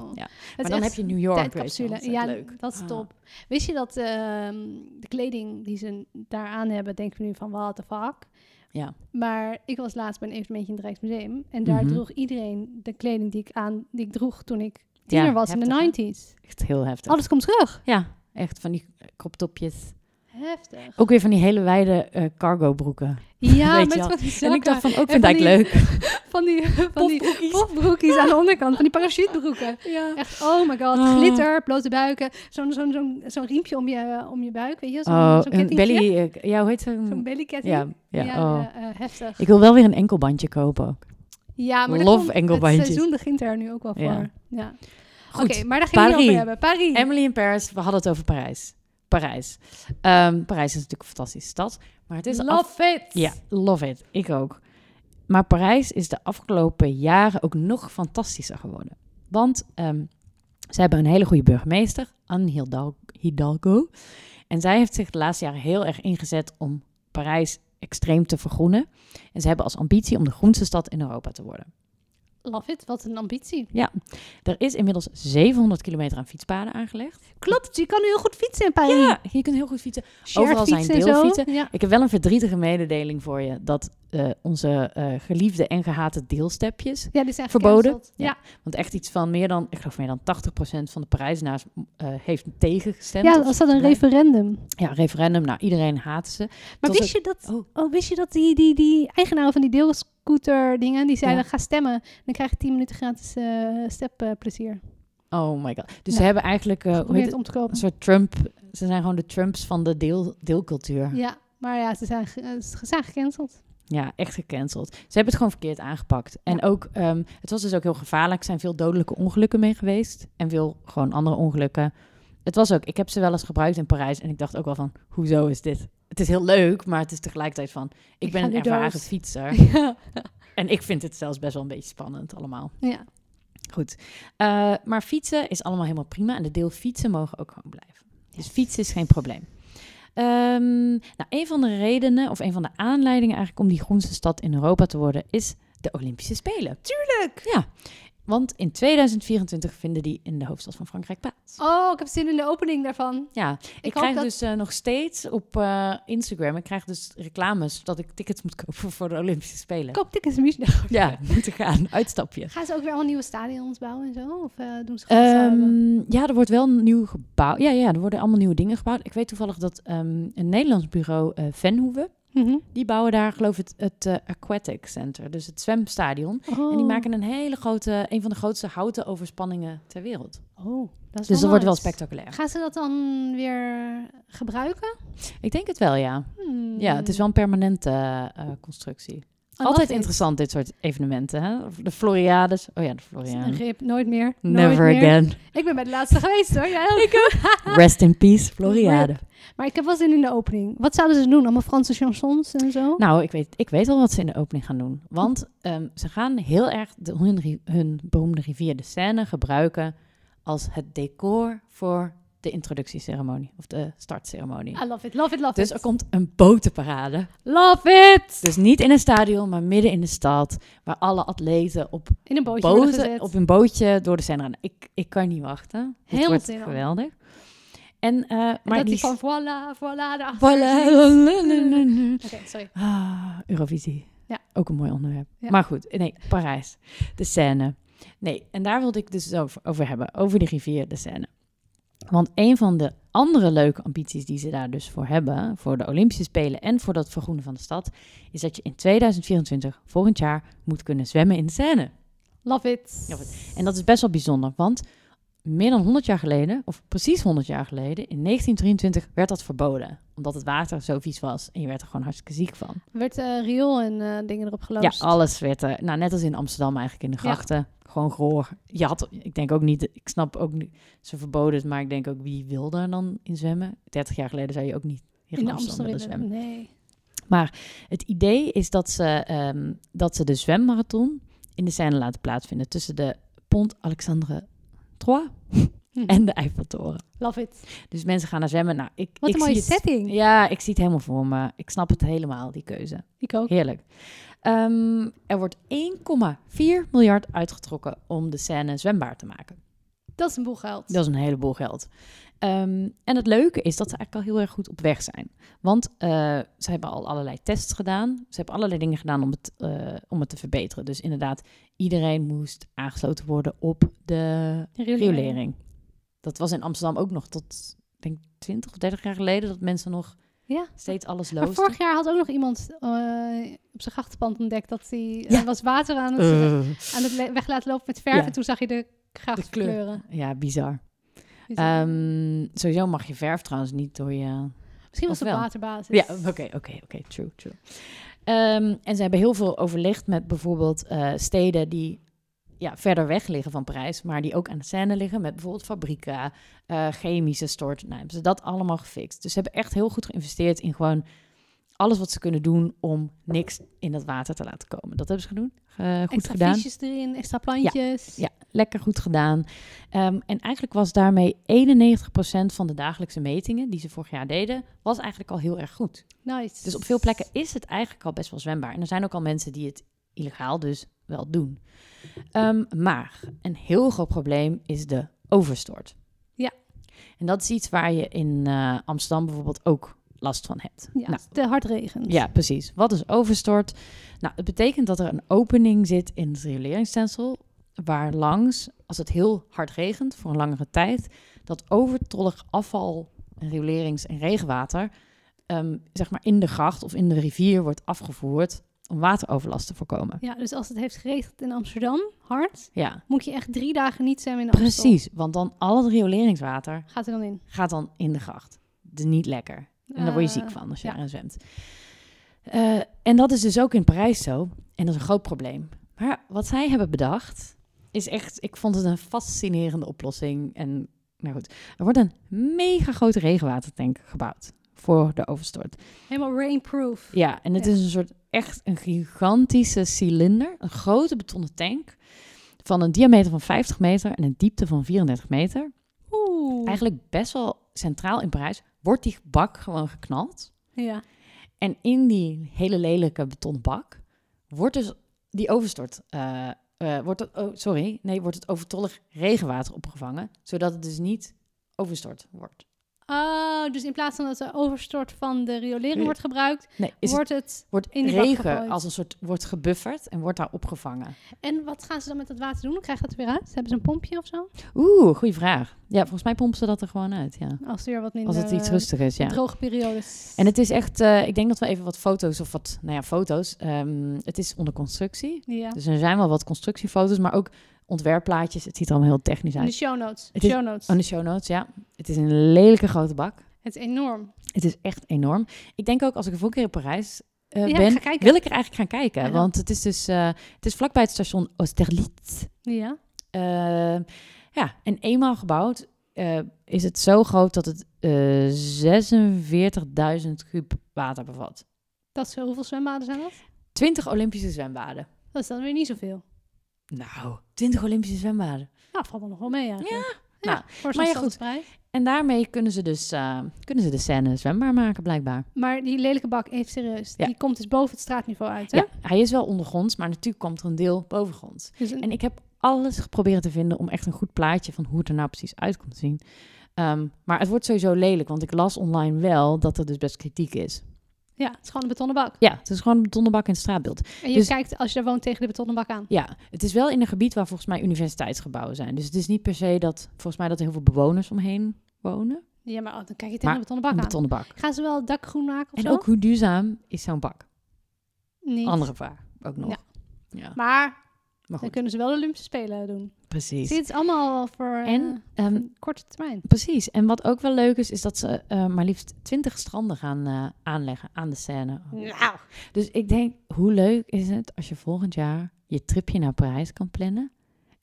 Speaker 2: maar dan heb je New York, weet je
Speaker 3: Tijdcapsule.
Speaker 2: wel. Dat is
Speaker 3: ja,
Speaker 2: echt leuk.
Speaker 3: dat is
Speaker 2: Ah.
Speaker 3: top. Wist je dat ehm, de kleding die ze daar aan hebben, denken we nu van what the fuck?
Speaker 2: Ja.
Speaker 3: Maar ik was laatst bij een evenementje in het Rijksmuseum en daar
Speaker 2: Mhm.
Speaker 3: droeg iedereen de kleding die ik aan, die ik droeg toen ik
Speaker 2: Ja,
Speaker 3: tiener was in de
Speaker 2: heftig, hè?
Speaker 3: 90s.
Speaker 2: Echt heel heftig.
Speaker 3: Alles komt terug.
Speaker 2: Ja, echt van die kroptopjes.
Speaker 3: Heftig.
Speaker 2: Ook weer van die hele wijde eh cargo broeken.
Speaker 3: Ja,
Speaker 2: <laughs> Weet
Speaker 3: met
Speaker 2: je wel.
Speaker 3: van die
Speaker 2: En ik
Speaker 3: zakken.
Speaker 2: dacht van, ook
Speaker 3: En
Speaker 2: vind
Speaker 3: van
Speaker 2: ik
Speaker 3: die- <laughs>
Speaker 2: leuk.
Speaker 3: van die, van die popbroekjes aan de onderkant, van die parachutebroeken.
Speaker 2: Ja.
Speaker 3: Echt, oh my god,
Speaker 2: Ah.
Speaker 3: glitter, blote buiken, zo'n zo'n zo'n zo'n riempje om je, eh, om je buik, weet je, zo'n
Speaker 2: Oh,
Speaker 3: zo'n
Speaker 2: een
Speaker 3: kettingje.
Speaker 2: belly... eh, ja, hoe heet ze?
Speaker 3: Zo'n bellycatting.
Speaker 2: Ja, ja, oh.
Speaker 3: eh, eh, heftig.
Speaker 2: Ik wil wel weer een enkelbandje kopen ook.
Speaker 3: ja, maar dat
Speaker 2: love
Speaker 3: komt-
Speaker 2: enkelbandjes.
Speaker 3: het seizoen begint er nu ook wel voor.
Speaker 2: Ja.
Speaker 3: Ja. Oké,
Speaker 2: Goed,
Speaker 3: maar daar gaan we het
Speaker 2: Paris.
Speaker 3: over hebben. Paris.
Speaker 2: Emily in Paris, we hadden het over Parijs. Parijs. Ehm, Parijs is natuurlijk een fantastische stad. Maar het is de af-
Speaker 3: Love it.
Speaker 2: Ja, love it. Ik ook. Maar Parijs is de afgelopen jaren ook nog fantastischer geworden. Want ehm, ze hebben een hele goede burgemeester, Anne Hidal- Hidalgo. En zij heeft zich de laatste jaren heel erg ingezet om Parijs extreem te vergroenen. En ze hebben als ambitie om de groenste stad in Europa te worden.
Speaker 3: Love it, wat een ambitie.
Speaker 2: Er is inmiddels 700 kilometer aan fietspaden aangelegd.
Speaker 3: Klopt, je kan nu heel goed fietsen in Parijs.
Speaker 2: Ja, je kunt heel goed fietsen.
Speaker 3: Shared
Speaker 2: overal zijn
Speaker 3: fietsen en zo.
Speaker 2: deelfietsen.
Speaker 3: Ja.
Speaker 2: Ik heb wel een verdrietige mededeling voor je. Dat eh, onze eh, geliefde en gehate deelstepjes,
Speaker 3: ja, die zijn
Speaker 2: Verboden.
Speaker 3: gecanceld.
Speaker 2: Ja.
Speaker 3: Ja.
Speaker 2: Want echt iets van meer dan, ik geloof meer dan 80% van de Parijzenaars eh, heeft tegengestemd.
Speaker 3: Ja,
Speaker 2: Of-
Speaker 3: was dat een referendum?
Speaker 2: Ja, referendum. Nou, iedereen haat ze.
Speaker 3: Maar
Speaker 2: was
Speaker 3: wist je dat,
Speaker 2: Oh.
Speaker 3: oh, wist je dat die, die, die eigenaren van die deelscooter dingen, die zeiden
Speaker 2: Ja.
Speaker 3: ga stemmen, dan krijg je 10 minuten gratis eh stepplezier.
Speaker 2: Oh my god. Dus
Speaker 3: Ja.
Speaker 2: ze hebben eigenlijk eh, hoe
Speaker 3: Probeer
Speaker 2: heet
Speaker 3: het
Speaker 2: het?
Speaker 3: om te
Speaker 2: een
Speaker 3: kopen.
Speaker 2: soort Trump. Ze zijn gewoon de Trumps van de deel, deelcultuur. Ja.
Speaker 3: Ja, maar ja, ze zijn, ge- eh, ze zijn gecanceld.
Speaker 2: Ja, echt gecanceld. Ze hebben het gewoon verkeerd aangepakt. En ook, ehm, het was dus ook heel gevaarlijk. Er zijn veel dodelijke ongelukken mee geweest. En veel gewoon andere ongelukken. Het was ook, ik heb ze wel eens gebruikt in Parijs. En ik dacht ook wel van, hoezo is dit? Het is heel leuk, maar het is tegelijkertijd van, ik,
Speaker 3: Ik
Speaker 2: ben
Speaker 3: ga
Speaker 2: een
Speaker 3: nu
Speaker 2: ervaren
Speaker 3: dood. <laughs>
Speaker 2: fietser.
Speaker 3: <laughs> Ja.
Speaker 2: En ik vind het zelfs best wel een beetje spannend allemaal.
Speaker 3: ja.
Speaker 2: Goed. Eh, maar fietsen is allemaal helemaal prima. En de deelfietsen mogen ook gewoon blijven. Dus fietsen is geen probleem. Ehm, nou, een van de redenen, of een van de aanleidingen eigenlijk om die groenste stad in Europa te worden, is de Olympische Spelen. Tuurlijk! Ja, want in 2024 vinden die in de hoofdstad van Frankrijk plaats.
Speaker 3: Oh, ik heb zin in de opening daarvan.
Speaker 2: Ja,
Speaker 3: hoop
Speaker 2: ik, krijg
Speaker 3: dat-
Speaker 2: dus eh, nog steeds op eh, Instagram, ik krijg dus reclames dat ik tickets moet kopen voor de Olympische Spelen.
Speaker 3: Koop tickets en
Speaker 2: <laughs>
Speaker 3: bies-
Speaker 2: Ja, om te gaan, uitstapje.
Speaker 3: Gaan ze ook weer al nieuwe stadions bouwen en zo? Of eh, doen ze gewoon hetzelfde?
Speaker 2: Ehm, ja, er wordt wel een nieuw gebouwd. Ja, ja, er worden allemaal nieuwe dingen gebouwd. Ik weet toevallig dat ehm, een Nederlands bureau, eh Venhoeven,
Speaker 3: Mhm.
Speaker 2: die bouwen daar geloof ik het, het eh, Aquatic Center, dus het zwemstadion. En die
Speaker 3: Oh.
Speaker 2: maken een hele grote, een van de grootste houten overspanningen ter wereld.
Speaker 3: Oh, dat is
Speaker 2: Dus dat wordt wel
Speaker 3: nice.
Speaker 2: spectaculair.
Speaker 3: Gaan ze dat dan weer gebruiken?
Speaker 2: Ik denk het wel, ja.
Speaker 3: Hmm.
Speaker 2: Ja, het is wel een permanente eh, eh, constructie.
Speaker 3: I love
Speaker 2: Altijd
Speaker 3: it.
Speaker 2: interessant, dit soort evenementen. Hè? De Floriades. Oh ja, de
Speaker 3: Een
Speaker 2: Floriades.
Speaker 3: grip, nooit meer. nooit
Speaker 2: Never
Speaker 3: meer. <laughs>
Speaker 2: again.
Speaker 3: Ik ben bij de laatste geweest hoor. Ja,
Speaker 2: <laughs>
Speaker 3: ik
Speaker 2: Rest in peace, Floriade.
Speaker 3: Maar ik heb wel zin in de opening. Wat zouden ze doen? Allemaal Franse chansons en zo?
Speaker 2: Nou, ik weet, ik weet al wat ze in de opening gaan doen. Want ehm, ze gaan heel erg de, hun, ri- hun beroemde rivier de Seine gebruiken als het decor voor de introductieceremonie of de startceremonie.
Speaker 3: I love it, love it, love
Speaker 2: Dus
Speaker 3: it.
Speaker 2: er komt een botenparade.
Speaker 3: Love it!
Speaker 2: Dus niet in een stadion, maar midden in de stad. Waar alle atleten op,
Speaker 3: In een bootje worden gezet.
Speaker 2: boten, op een bootje door de Seine gaan. Ik, ik kan niet wachten. Het
Speaker 3: Heel
Speaker 2: wordt
Speaker 3: zin in.
Speaker 2: geweldig. En, eh,
Speaker 3: En dat
Speaker 2: maar die...
Speaker 3: die van voilà, voilà, daarachter
Speaker 2: Voilà.
Speaker 3: zingt. Oké, sorry.
Speaker 2: Ah, Eurovisie.
Speaker 3: Ja.
Speaker 2: Ook een mooi onderwerp.
Speaker 3: Ja.
Speaker 2: Maar goed, nee, Parijs. De Seine. Nee, en daar wilde ik dus over, over hebben. Over de rivier de Seine. Want een van de andere leuke ambities die ze daar dus voor hebben... voor de Olympische Spelen en voor dat vergroenen van de stad... is dat je in 2024, volgend jaar, moet kunnen zwemmen in de Seine.
Speaker 3: Love it.
Speaker 2: Love En dat is best wel bijzonder, want meer dan 100 jaar geleden... of precies 100 jaar geleden, in 1923, werd dat verboden. Omdat het water zo vies was en je werd er gewoon hartstikke ziek van.
Speaker 3: Werd eh, riool en eh, dingen erop geloosd.
Speaker 2: Ja, alles werd er. Nou, net als in Amsterdam eigenlijk in de
Speaker 3: Ja.
Speaker 2: grachten. Gewoon gehoor. Je had, ik denk ook niet, ik snap ook niet, ze verboden het, maar ik denk ook wie wil daar dan in zwemmen? 30 jaar geleden zou je ook niet hier in, Amsterdam, willen zwemmen.
Speaker 3: Nee.
Speaker 2: Het idee is dat ze, ehm, dat ze de zwemmarathon in de Seine laten plaatsvinden tussen de Pont Alexandre III
Speaker 3: Hm.
Speaker 2: en de Eiffeltoren.
Speaker 3: Love it.
Speaker 2: Dus mensen gaan daar zwemmen. Nou, ik,
Speaker 3: Wat
Speaker 2: ik
Speaker 3: een mooie
Speaker 2: zie het-
Speaker 3: setting.
Speaker 2: Ja, ik zie het helemaal voor me. Ik snap het helemaal, die keuze.
Speaker 3: Ik ook.
Speaker 2: Heerlijk. Ehm, er wordt 1,4 miljard uitgetrokken om de scène zwembaar te maken.
Speaker 3: Dat is een boel geld.
Speaker 2: Dat is een heleboel geld. Ehm, en het leuke is dat ze eigenlijk al heel erg goed op weg zijn. Want eh, ze hebben al allerlei tests gedaan. Ze hebben allerlei dingen gedaan om het, eh, om het te verbeteren. Dus inderdaad, iedereen moest aangesloten worden op de
Speaker 3: Riolering.
Speaker 2: riolering. Dat was in Amsterdam ook nog tot, ik denk 20 of 30 jaar geleden, dat mensen nog
Speaker 3: Ja.
Speaker 2: steeds alles
Speaker 3: Maar
Speaker 2: loosden.
Speaker 3: vorig jaar had ook nog iemand eh, op zijn grachtenpand ontdekt dat hij eh,
Speaker 2: Ja.
Speaker 3: was water aan het,
Speaker 2: Eh,
Speaker 3: aan het le- weg laten lopen met verf.
Speaker 2: Ja.
Speaker 3: En toen zag je de gracht
Speaker 2: De kleur.
Speaker 3: kleuren.
Speaker 2: ja, bizar.
Speaker 3: Dus, eh,
Speaker 2: Ehm, sowieso mag je verf trouwens niet door je...
Speaker 3: misschien was
Speaker 2: of
Speaker 3: het op
Speaker 2: wel.
Speaker 3: waterbasis.
Speaker 2: Ja, oké, oké, oké. true, true. Ehm, en ze hebben heel veel overlegd met bijvoorbeeld eh, steden die ja, verder weg liggen van Parijs, maar die ook aan de scène liggen met bijvoorbeeld fabrieken, eh, chemische stort. Nou, hebben ze dat allemaal gefixt. Dus ze hebben echt heel goed geïnvesteerd in gewoon alles wat ze kunnen doen om niks in dat water te laten komen. Dat hebben ze gedaan, eh, goed
Speaker 3: extra
Speaker 2: gedaan.
Speaker 3: fiches erin, extra plantjes.
Speaker 2: Ja, lekker goed gedaan. Ehm, en eigenlijk was daarmee 91% van de dagelijkse metingen die ze vorig jaar deden, was eigenlijk al heel erg goed.
Speaker 3: Nice.
Speaker 2: Dus op veel plekken is het eigenlijk al best wel zwembaar. En er zijn ook al mensen die het illegaal dus wel doen. Ehm, maar een heel groot probleem is de overstort.
Speaker 3: Ja.
Speaker 2: En dat is iets waar je in eh, Amsterdam bijvoorbeeld ook last van hebt.
Speaker 3: Ja,
Speaker 2: Nou,
Speaker 3: als het te hard regent.
Speaker 2: ja, precies. Wat is overstort? Nou, het betekent dat er een opening zit in het rioleringsstelsel waar langs, als het heel hard regent voor een langere tijd, dat overtollig afval, en riolerings- en regenwater, ehm, zeg maar in de gracht of in de rivier wordt afgevoerd om wateroverlast te voorkomen.
Speaker 3: Ja, dus als het heeft geregend in Amsterdam, hard,
Speaker 2: Ja,
Speaker 3: moet je echt drie dagen niet zwemmen in Amsterdam.
Speaker 2: precies. Want dan al het rioleringswater
Speaker 3: Gaat er dan in. Eh,
Speaker 2: gaat dan in de gracht. Dus niet lekker. En daar word je ziek van als je
Speaker 3: ja.
Speaker 2: daarin zwemt. Eh, en dat is dus ook in Parijs zo. En dat is een groot probleem. Maar wat zij hebben bedacht is echt, ik vond het een fascinerende oplossing. En nou goed, er wordt een mega grote regenwatertank gebouwd voor de overstort.
Speaker 3: Helemaal rainproof.
Speaker 2: Ja, en het
Speaker 3: Ja.
Speaker 2: is een soort echt een gigantische cilinder, een grote betonnen tank van een diameter van 50 meter en een diepte van 34 meter.
Speaker 3: Oeh.
Speaker 2: Eigenlijk best wel centraal in Parijs wordt die bak gewoon geknald.
Speaker 3: Ja.
Speaker 2: En in die hele lelijke betonnen bak wordt dus die overstort. eh, eh, wordt het, oh, sorry, nee, wordt het overtollig regenwater opgevangen, zodat het dus niet overstort wordt.
Speaker 3: Oh, dus in plaats van dat de overstort van de riolering
Speaker 2: Ja.
Speaker 3: wordt gebruikt,
Speaker 2: Nee, is het,
Speaker 3: wordt het...
Speaker 2: wordt
Speaker 3: in die bak
Speaker 2: regen
Speaker 3: gegooid.
Speaker 2: als een soort wordt gebufferd en wordt daar opgevangen.
Speaker 3: En wat gaan ze dan met dat water doen? Krijgt dat er weer uit? Hebben ze een pompje of zo?
Speaker 2: Oeh, goede vraag. Ja, volgens mij pompen ze dat er gewoon uit, ja.
Speaker 3: Als er weer wat minder... eh,
Speaker 2: Als het iets rustig is, ja.
Speaker 3: Droge periodes.
Speaker 2: En het is echt, eh, ik denk dat we even wat foto's of wat, nou ja, foto's. ehm, het is onder constructie.
Speaker 3: Ja.
Speaker 2: Dus er zijn wel wat constructiefoto's, maar ook ontwerpplaatjes. Het ziet er allemaal heel technisch
Speaker 3: In de
Speaker 2: uit.
Speaker 3: show notes.
Speaker 2: Het is-
Speaker 3: show notes.
Speaker 2: Oh, de show notes, ja. Het is een lelijke grote bak.
Speaker 3: Het is enorm.
Speaker 2: Het is echt enorm. Ik denk ook als ik een volgende keer in Parijs eh,
Speaker 3: Ja,
Speaker 2: ben,
Speaker 3: ga kijken.
Speaker 2: wil ik er eigenlijk gaan kijken.
Speaker 3: Ja.
Speaker 2: Want het is dus, eh, het is vlakbij het station Austerlitz.
Speaker 3: Ja.
Speaker 2: Eh, ja, en eenmaal gebouwd eh, is het zo groot dat het eh 46.000 kuub water bevat.
Speaker 3: Dat is hoeveel zwembaden zijn dat?
Speaker 2: 20 Olympische zwembaden.
Speaker 3: Dat is dan weer niet zoveel.
Speaker 2: Nou, 20 Olympische zwembaden.
Speaker 3: Nou, valt wel nog wel mee eigenlijk. Ja,
Speaker 2: nou,
Speaker 3: voor zo'n
Speaker 2: maar ja,
Speaker 3: stadsprij.
Speaker 2: En daarmee kunnen ze dus eh, kunnen ze de scène zwembaar maken, blijkbaar.
Speaker 3: Maar die lelijke bak, even serieus,
Speaker 2: Ja.
Speaker 3: die komt dus boven het straatniveau uit, hè?
Speaker 2: Ja, hij is wel ondergronds, maar natuurlijk komt er een deel bovengronds.
Speaker 3: Dus een-
Speaker 2: En ik heb alles geprobeerd te vinden om echt een goed plaatje van hoe het er nou precies uit komt te zien. Ehm, maar het wordt sowieso lelijk, want ik las online wel dat er dus best kritiek is.
Speaker 3: ja, het is gewoon een betonnen bak.
Speaker 2: Ja, het is gewoon een betonnen bak in het straatbeeld.
Speaker 3: En je
Speaker 2: Dus-
Speaker 3: kijkt, als je daar woont, tegen de betonnen bak aan.
Speaker 2: Ja, het is wel in een gebied waar volgens mij universiteitsgebouwen zijn. Dus het is niet per se dat, volgens mij, dat er heel veel bewoners omheen wonen.
Speaker 3: Ja, maar oh, dan kijk je tegen
Speaker 2: Maar
Speaker 3: de betonnen bak
Speaker 2: een
Speaker 3: aan.
Speaker 2: betonnen bak.
Speaker 3: Gaan ze wel het dak groen maken of
Speaker 2: En
Speaker 3: zo?
Speaker 2: ook hoe duurzaam is zo'n bak?
Speaker 3: Niet.
Speaker 2: Andere vraag, ook nog.
Speaker 3: Ja.
Speaker 2: Ja,
Speaker 3: Maar
Speaker 2: maar
Speaker 3: dan
Speaker 2: goed,
Speaker 3: kunnen ze wel de Olympische Spelen doen.
Speaker 2: precies.
Speaker 3: Zie je, het is allemaal voor eh,
Speaker 2: En, ehm,
Speaker 3: korte termijn.
Speaker 2: precies. En wat ook wel leuk is, is dat ze eh, maar liefst twintig stranden gaan eh, aanleggen aan de scène.
Speaker 3: Nou,
Speaker 2: Dus ik denk, hoe leuk is het als je volgend jaar je tripje naar Parijs kan plannen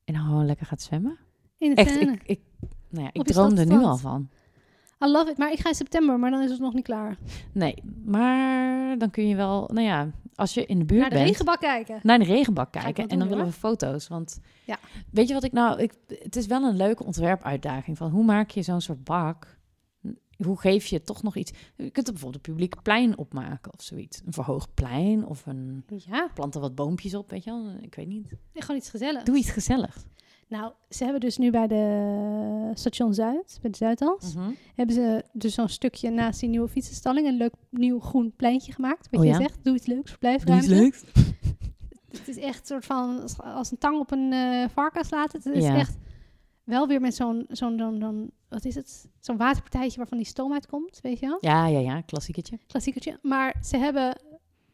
Speaker 2: en dan gewoon lekker gaat zwemmen?
Speaker 3: in de
Speaker 2: Echt,
Speaker 3: scène.
Speaker 2: ik, ik, nou ja, ik
Speaker 3: Op je
Speaker 2: droom er nu
Speaker 3: stadstrand.
Speaker 2: al van.
Speaker 3: I love it. Maar ik ga in september, maar dan is het nog niet klaar.
Speaker 2: Nee, maar dan kun je wel, nou ja, als je in de buurt
Speaker 3: Naar de
Speaker 2: bent,
Speaker 3: regenbak kijken.
Speaker 2: naar de regenbak
Speaker 3: ik
Speaker 2: kijken
Speaker 3: wel
Speaker 2: en dan
Speaker 3: doen,
Speaker 2: willen we foto's. Want
Speaker 3: Ja.
Speaker 2: weet je wat ik nou, ik, het is wel een leuke ontwerpuitdaging van hoe maak je zo'n soort bak? Hoe geef je toch nog iets? Je kunt er bijvoorbeeld een publiek plein opmaken of zoiets. Een verhoogd plein of een
Speaker 3: Ja,
Speaker 2: plant er wat boompjes op, weet je wel? Ik weet niet.
Speaker 3: gewoon iets gezelligs.
Speaker 2: Doe iets gezelligs.
Speaker 3: Nou, ze hebben dus nu bij de station Zuid, bij de Zuidas,
Speaker 2: Mhm.
Speaker 3: hebben ze dus zo'n stukje naast die nieuwe fietsenstalling een leuk nieuw groen pleintje gemaakt. Weet
Speaker 2: Oh
Speaker 3: je
Speaker 2: ja?
Speaker 3: zegt, doe iets leuks,
Speaker 2: Doe iets
Speaker 3: verblijfruimte.
Speaker 2: leuks.
Speaker 3: Het is echt een soort van als- als een tang op een eh varkens laten. Het is
Speaker 2: Ja.
Speaker 3: echt wel weer met zo'n zo'n zo'n zo'n- wat is het? Zo'n waterpartijtje waarvan die stoom uitkomt, weet je wel?
Speaker 2: Ja, ja, ja, klassiekertje.
Speaker 3: Klassiekertje. Maar ze hebben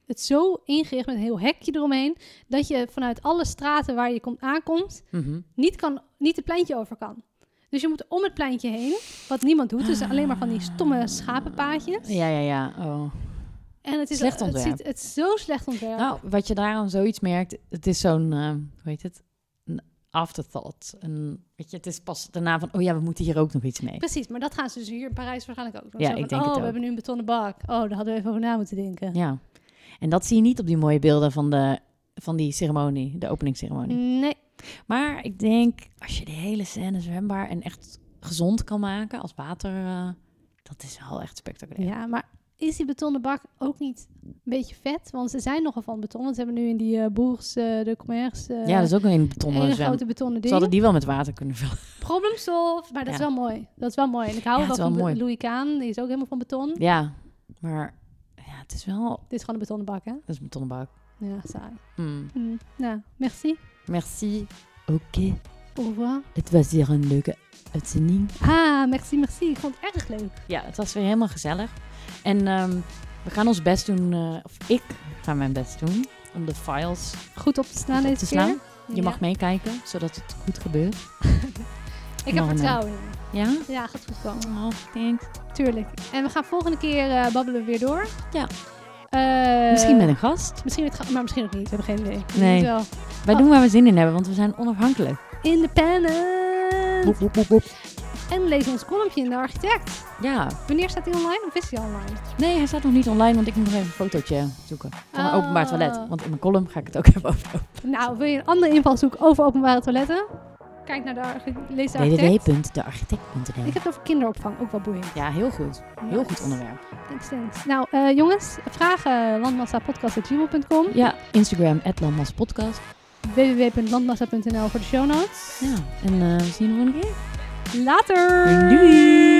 Speaker 3: het zo ingericht met een heel hekje eromheen dat je vanuit alle straten waar je komt aankomt
Speaker 2: Mhm.
Speaker 3: niet, kan, niet het pleintje over kan. Dus je moet om het pleintje heen, wat niemand doet. Dus alleen maar van die stomme schapenpaadjes.
Speaker 2: Ja, ja, ja. Oh.
Speaker 3: En het is
Speaker 2: Slecht
Speaker 3: Het,
Speaker 2: ontwerp.
Speaker 3: ziet, het is zo slecht ontwerp.
Speaker 2: Nou, wat je daaraan zoiets merkt, het is zo'n, eh, hoe heet het? Een afterthought. Een, weet je, het is pas daarna van, oh ja, we moeten hier ook nog iets mee.
Speaker 3: Precies, maar dat gaan ze dus hier in Parijs waarschijnlijk ook doen.
Speaker 2: Ja,
Speaker 3: Zo
Speaker 2: ik
Speaker 3: van,
Speaker 2: denk
Speaker 3: oh,
Speaker 2: het
Speaker 3: we
Speaker 2: ook.
Speaker 3: hebben nu een betonnen bak. Oh, daar hadden we even over na moeten denken.
Speaker 2: Ja. En dat zie je niet op die mooie beelden van, de, van die ceremonie, de openingsceremonie.
Speaker 3: Nee,
Speaker 2: Maar ik denk, als je de hele scène zwembaar en echt gezond kan maken als water, eh, dat is wel echt spectaculair.
Speaker 3: ja, maar is die betonnen bak ook niet een beetje vet? Want ze zijn nogal van beton. Want ze hebben nu in die eh Bourse eh, de Commerce eh
Speaker 2: ja, dat is ook een
Speaker 3: hele
Speaker 2: betonnen zwem.
Speaker 3: grote betonnen
Speaker 2: Ze
Speaker 3: ding.
Speaker 2: hadden die wel met water kunnen vullen. <laughs>
Speaker 3: Problem solved. Maar dat is
Speaker 2: Ja.
Speaker 3: wel mooi. Dat is wel mooi. En ik hou
Speaker 2: Ja,
Speaker 3: wel
Speaker 2: het is
Speaker 3: van
Speaker 2: wel mooi.
Speaker 3: Louis Kaan. Die is ook helemaal van beton.
Speaker 2: Ja, maar ja, het is wel,
Speaker 3: Dit is gewoon een betonnen bak, hè?
Speaker 2: dat is een betonnen bak.
Speaker 3: Ja, saai.
Speaker 2: Hmm.
Speaker 3: Hm. Nou, merci.
Speaker 2: Merci. Oké.
Speaker 3: Au revoir.
Speaker 2: Het was hier een leuke uitzending.
Speaker 3: Ah, merci, merci. Ik vond het erg leuk.
Speaker 2: Ja, het was weer helemaal gezellig. En ehm, we gaan ons best doen, eh, of ik ga mijn best doen, om de files
Speaker 3: Goed op te slaan
Speaker 2: op
Speaker 3: deze
Speaker 2: te slaan.
Speaker 3: keer.
Speaker 2: Je
Speaker 3: Ja.
Speaker 2: mag meekijken, zodat het goed gebeurt.
Speaker 3: Ik heb
Speaker 2: Oh, nee.
Speaker 3: vertrouwen in je.
Speaker 2: Ja?
Speaker 3: Ja, gaat goed komen.
Speaker 2: Oh, thanks.
Speaker 3: Tuurlijk. En we gaan volgende keer eh, babbelen we weer door.
Speaker 2: Ja.
Speaker 3: Eh,
Speaker 2: Misschien met een gast.
Speaker 3: Misschien met ga- maar misschien ook niet. We hebben geen idee. Ik
Speaker 2: Nee.
Speaker 3: denk Wel.
Speaker 2: Wij
Speaker 3: Oh.
Speaker 2: doen waar we zin in hebben, want we zijn onafhankelijk.
Speaker 3: Independent.
Speaker 2: Boep, boep, boep, boep.
Speaker 3: En lees ons columnje in de architect.
Speaker 2: Ja.
Speaker 3: Wanneer staat die online of is die online?
Speaker 2: Nee, hij staat nog niet online, want ik moet nog even een fotootje zoeken. Van een
Speaker 3: Ah.
Speaker 2: openbaar toilet. Want in mijn column ga ik het ook <laughs> hebben over
Speaker 3: Nou, wil je een andere invalshoek over openbare toiletten? Kijk naar de architect. Lees de architect.
Speaker 2: www.dearchitect.nl
Speaker 3: Ik heb het over kinderopvang, ook wel boeiend.
Speaker 2: Ja, heel goed. Heel goed onderwerp.
Speaker 3: Thanks, thanks. Nou, eh, jongens, vragen eh, landmassapodcast.gmail.com
Speaker 2: Ja, Instagram, @landmaspodcast.
Speaker 3: www.landmassa.nl voor de show notes.
Speaker 2: uh, Ja, en eh, we zien je nog een keer.
Speaker 3: Later!
Speaker 2: Doei!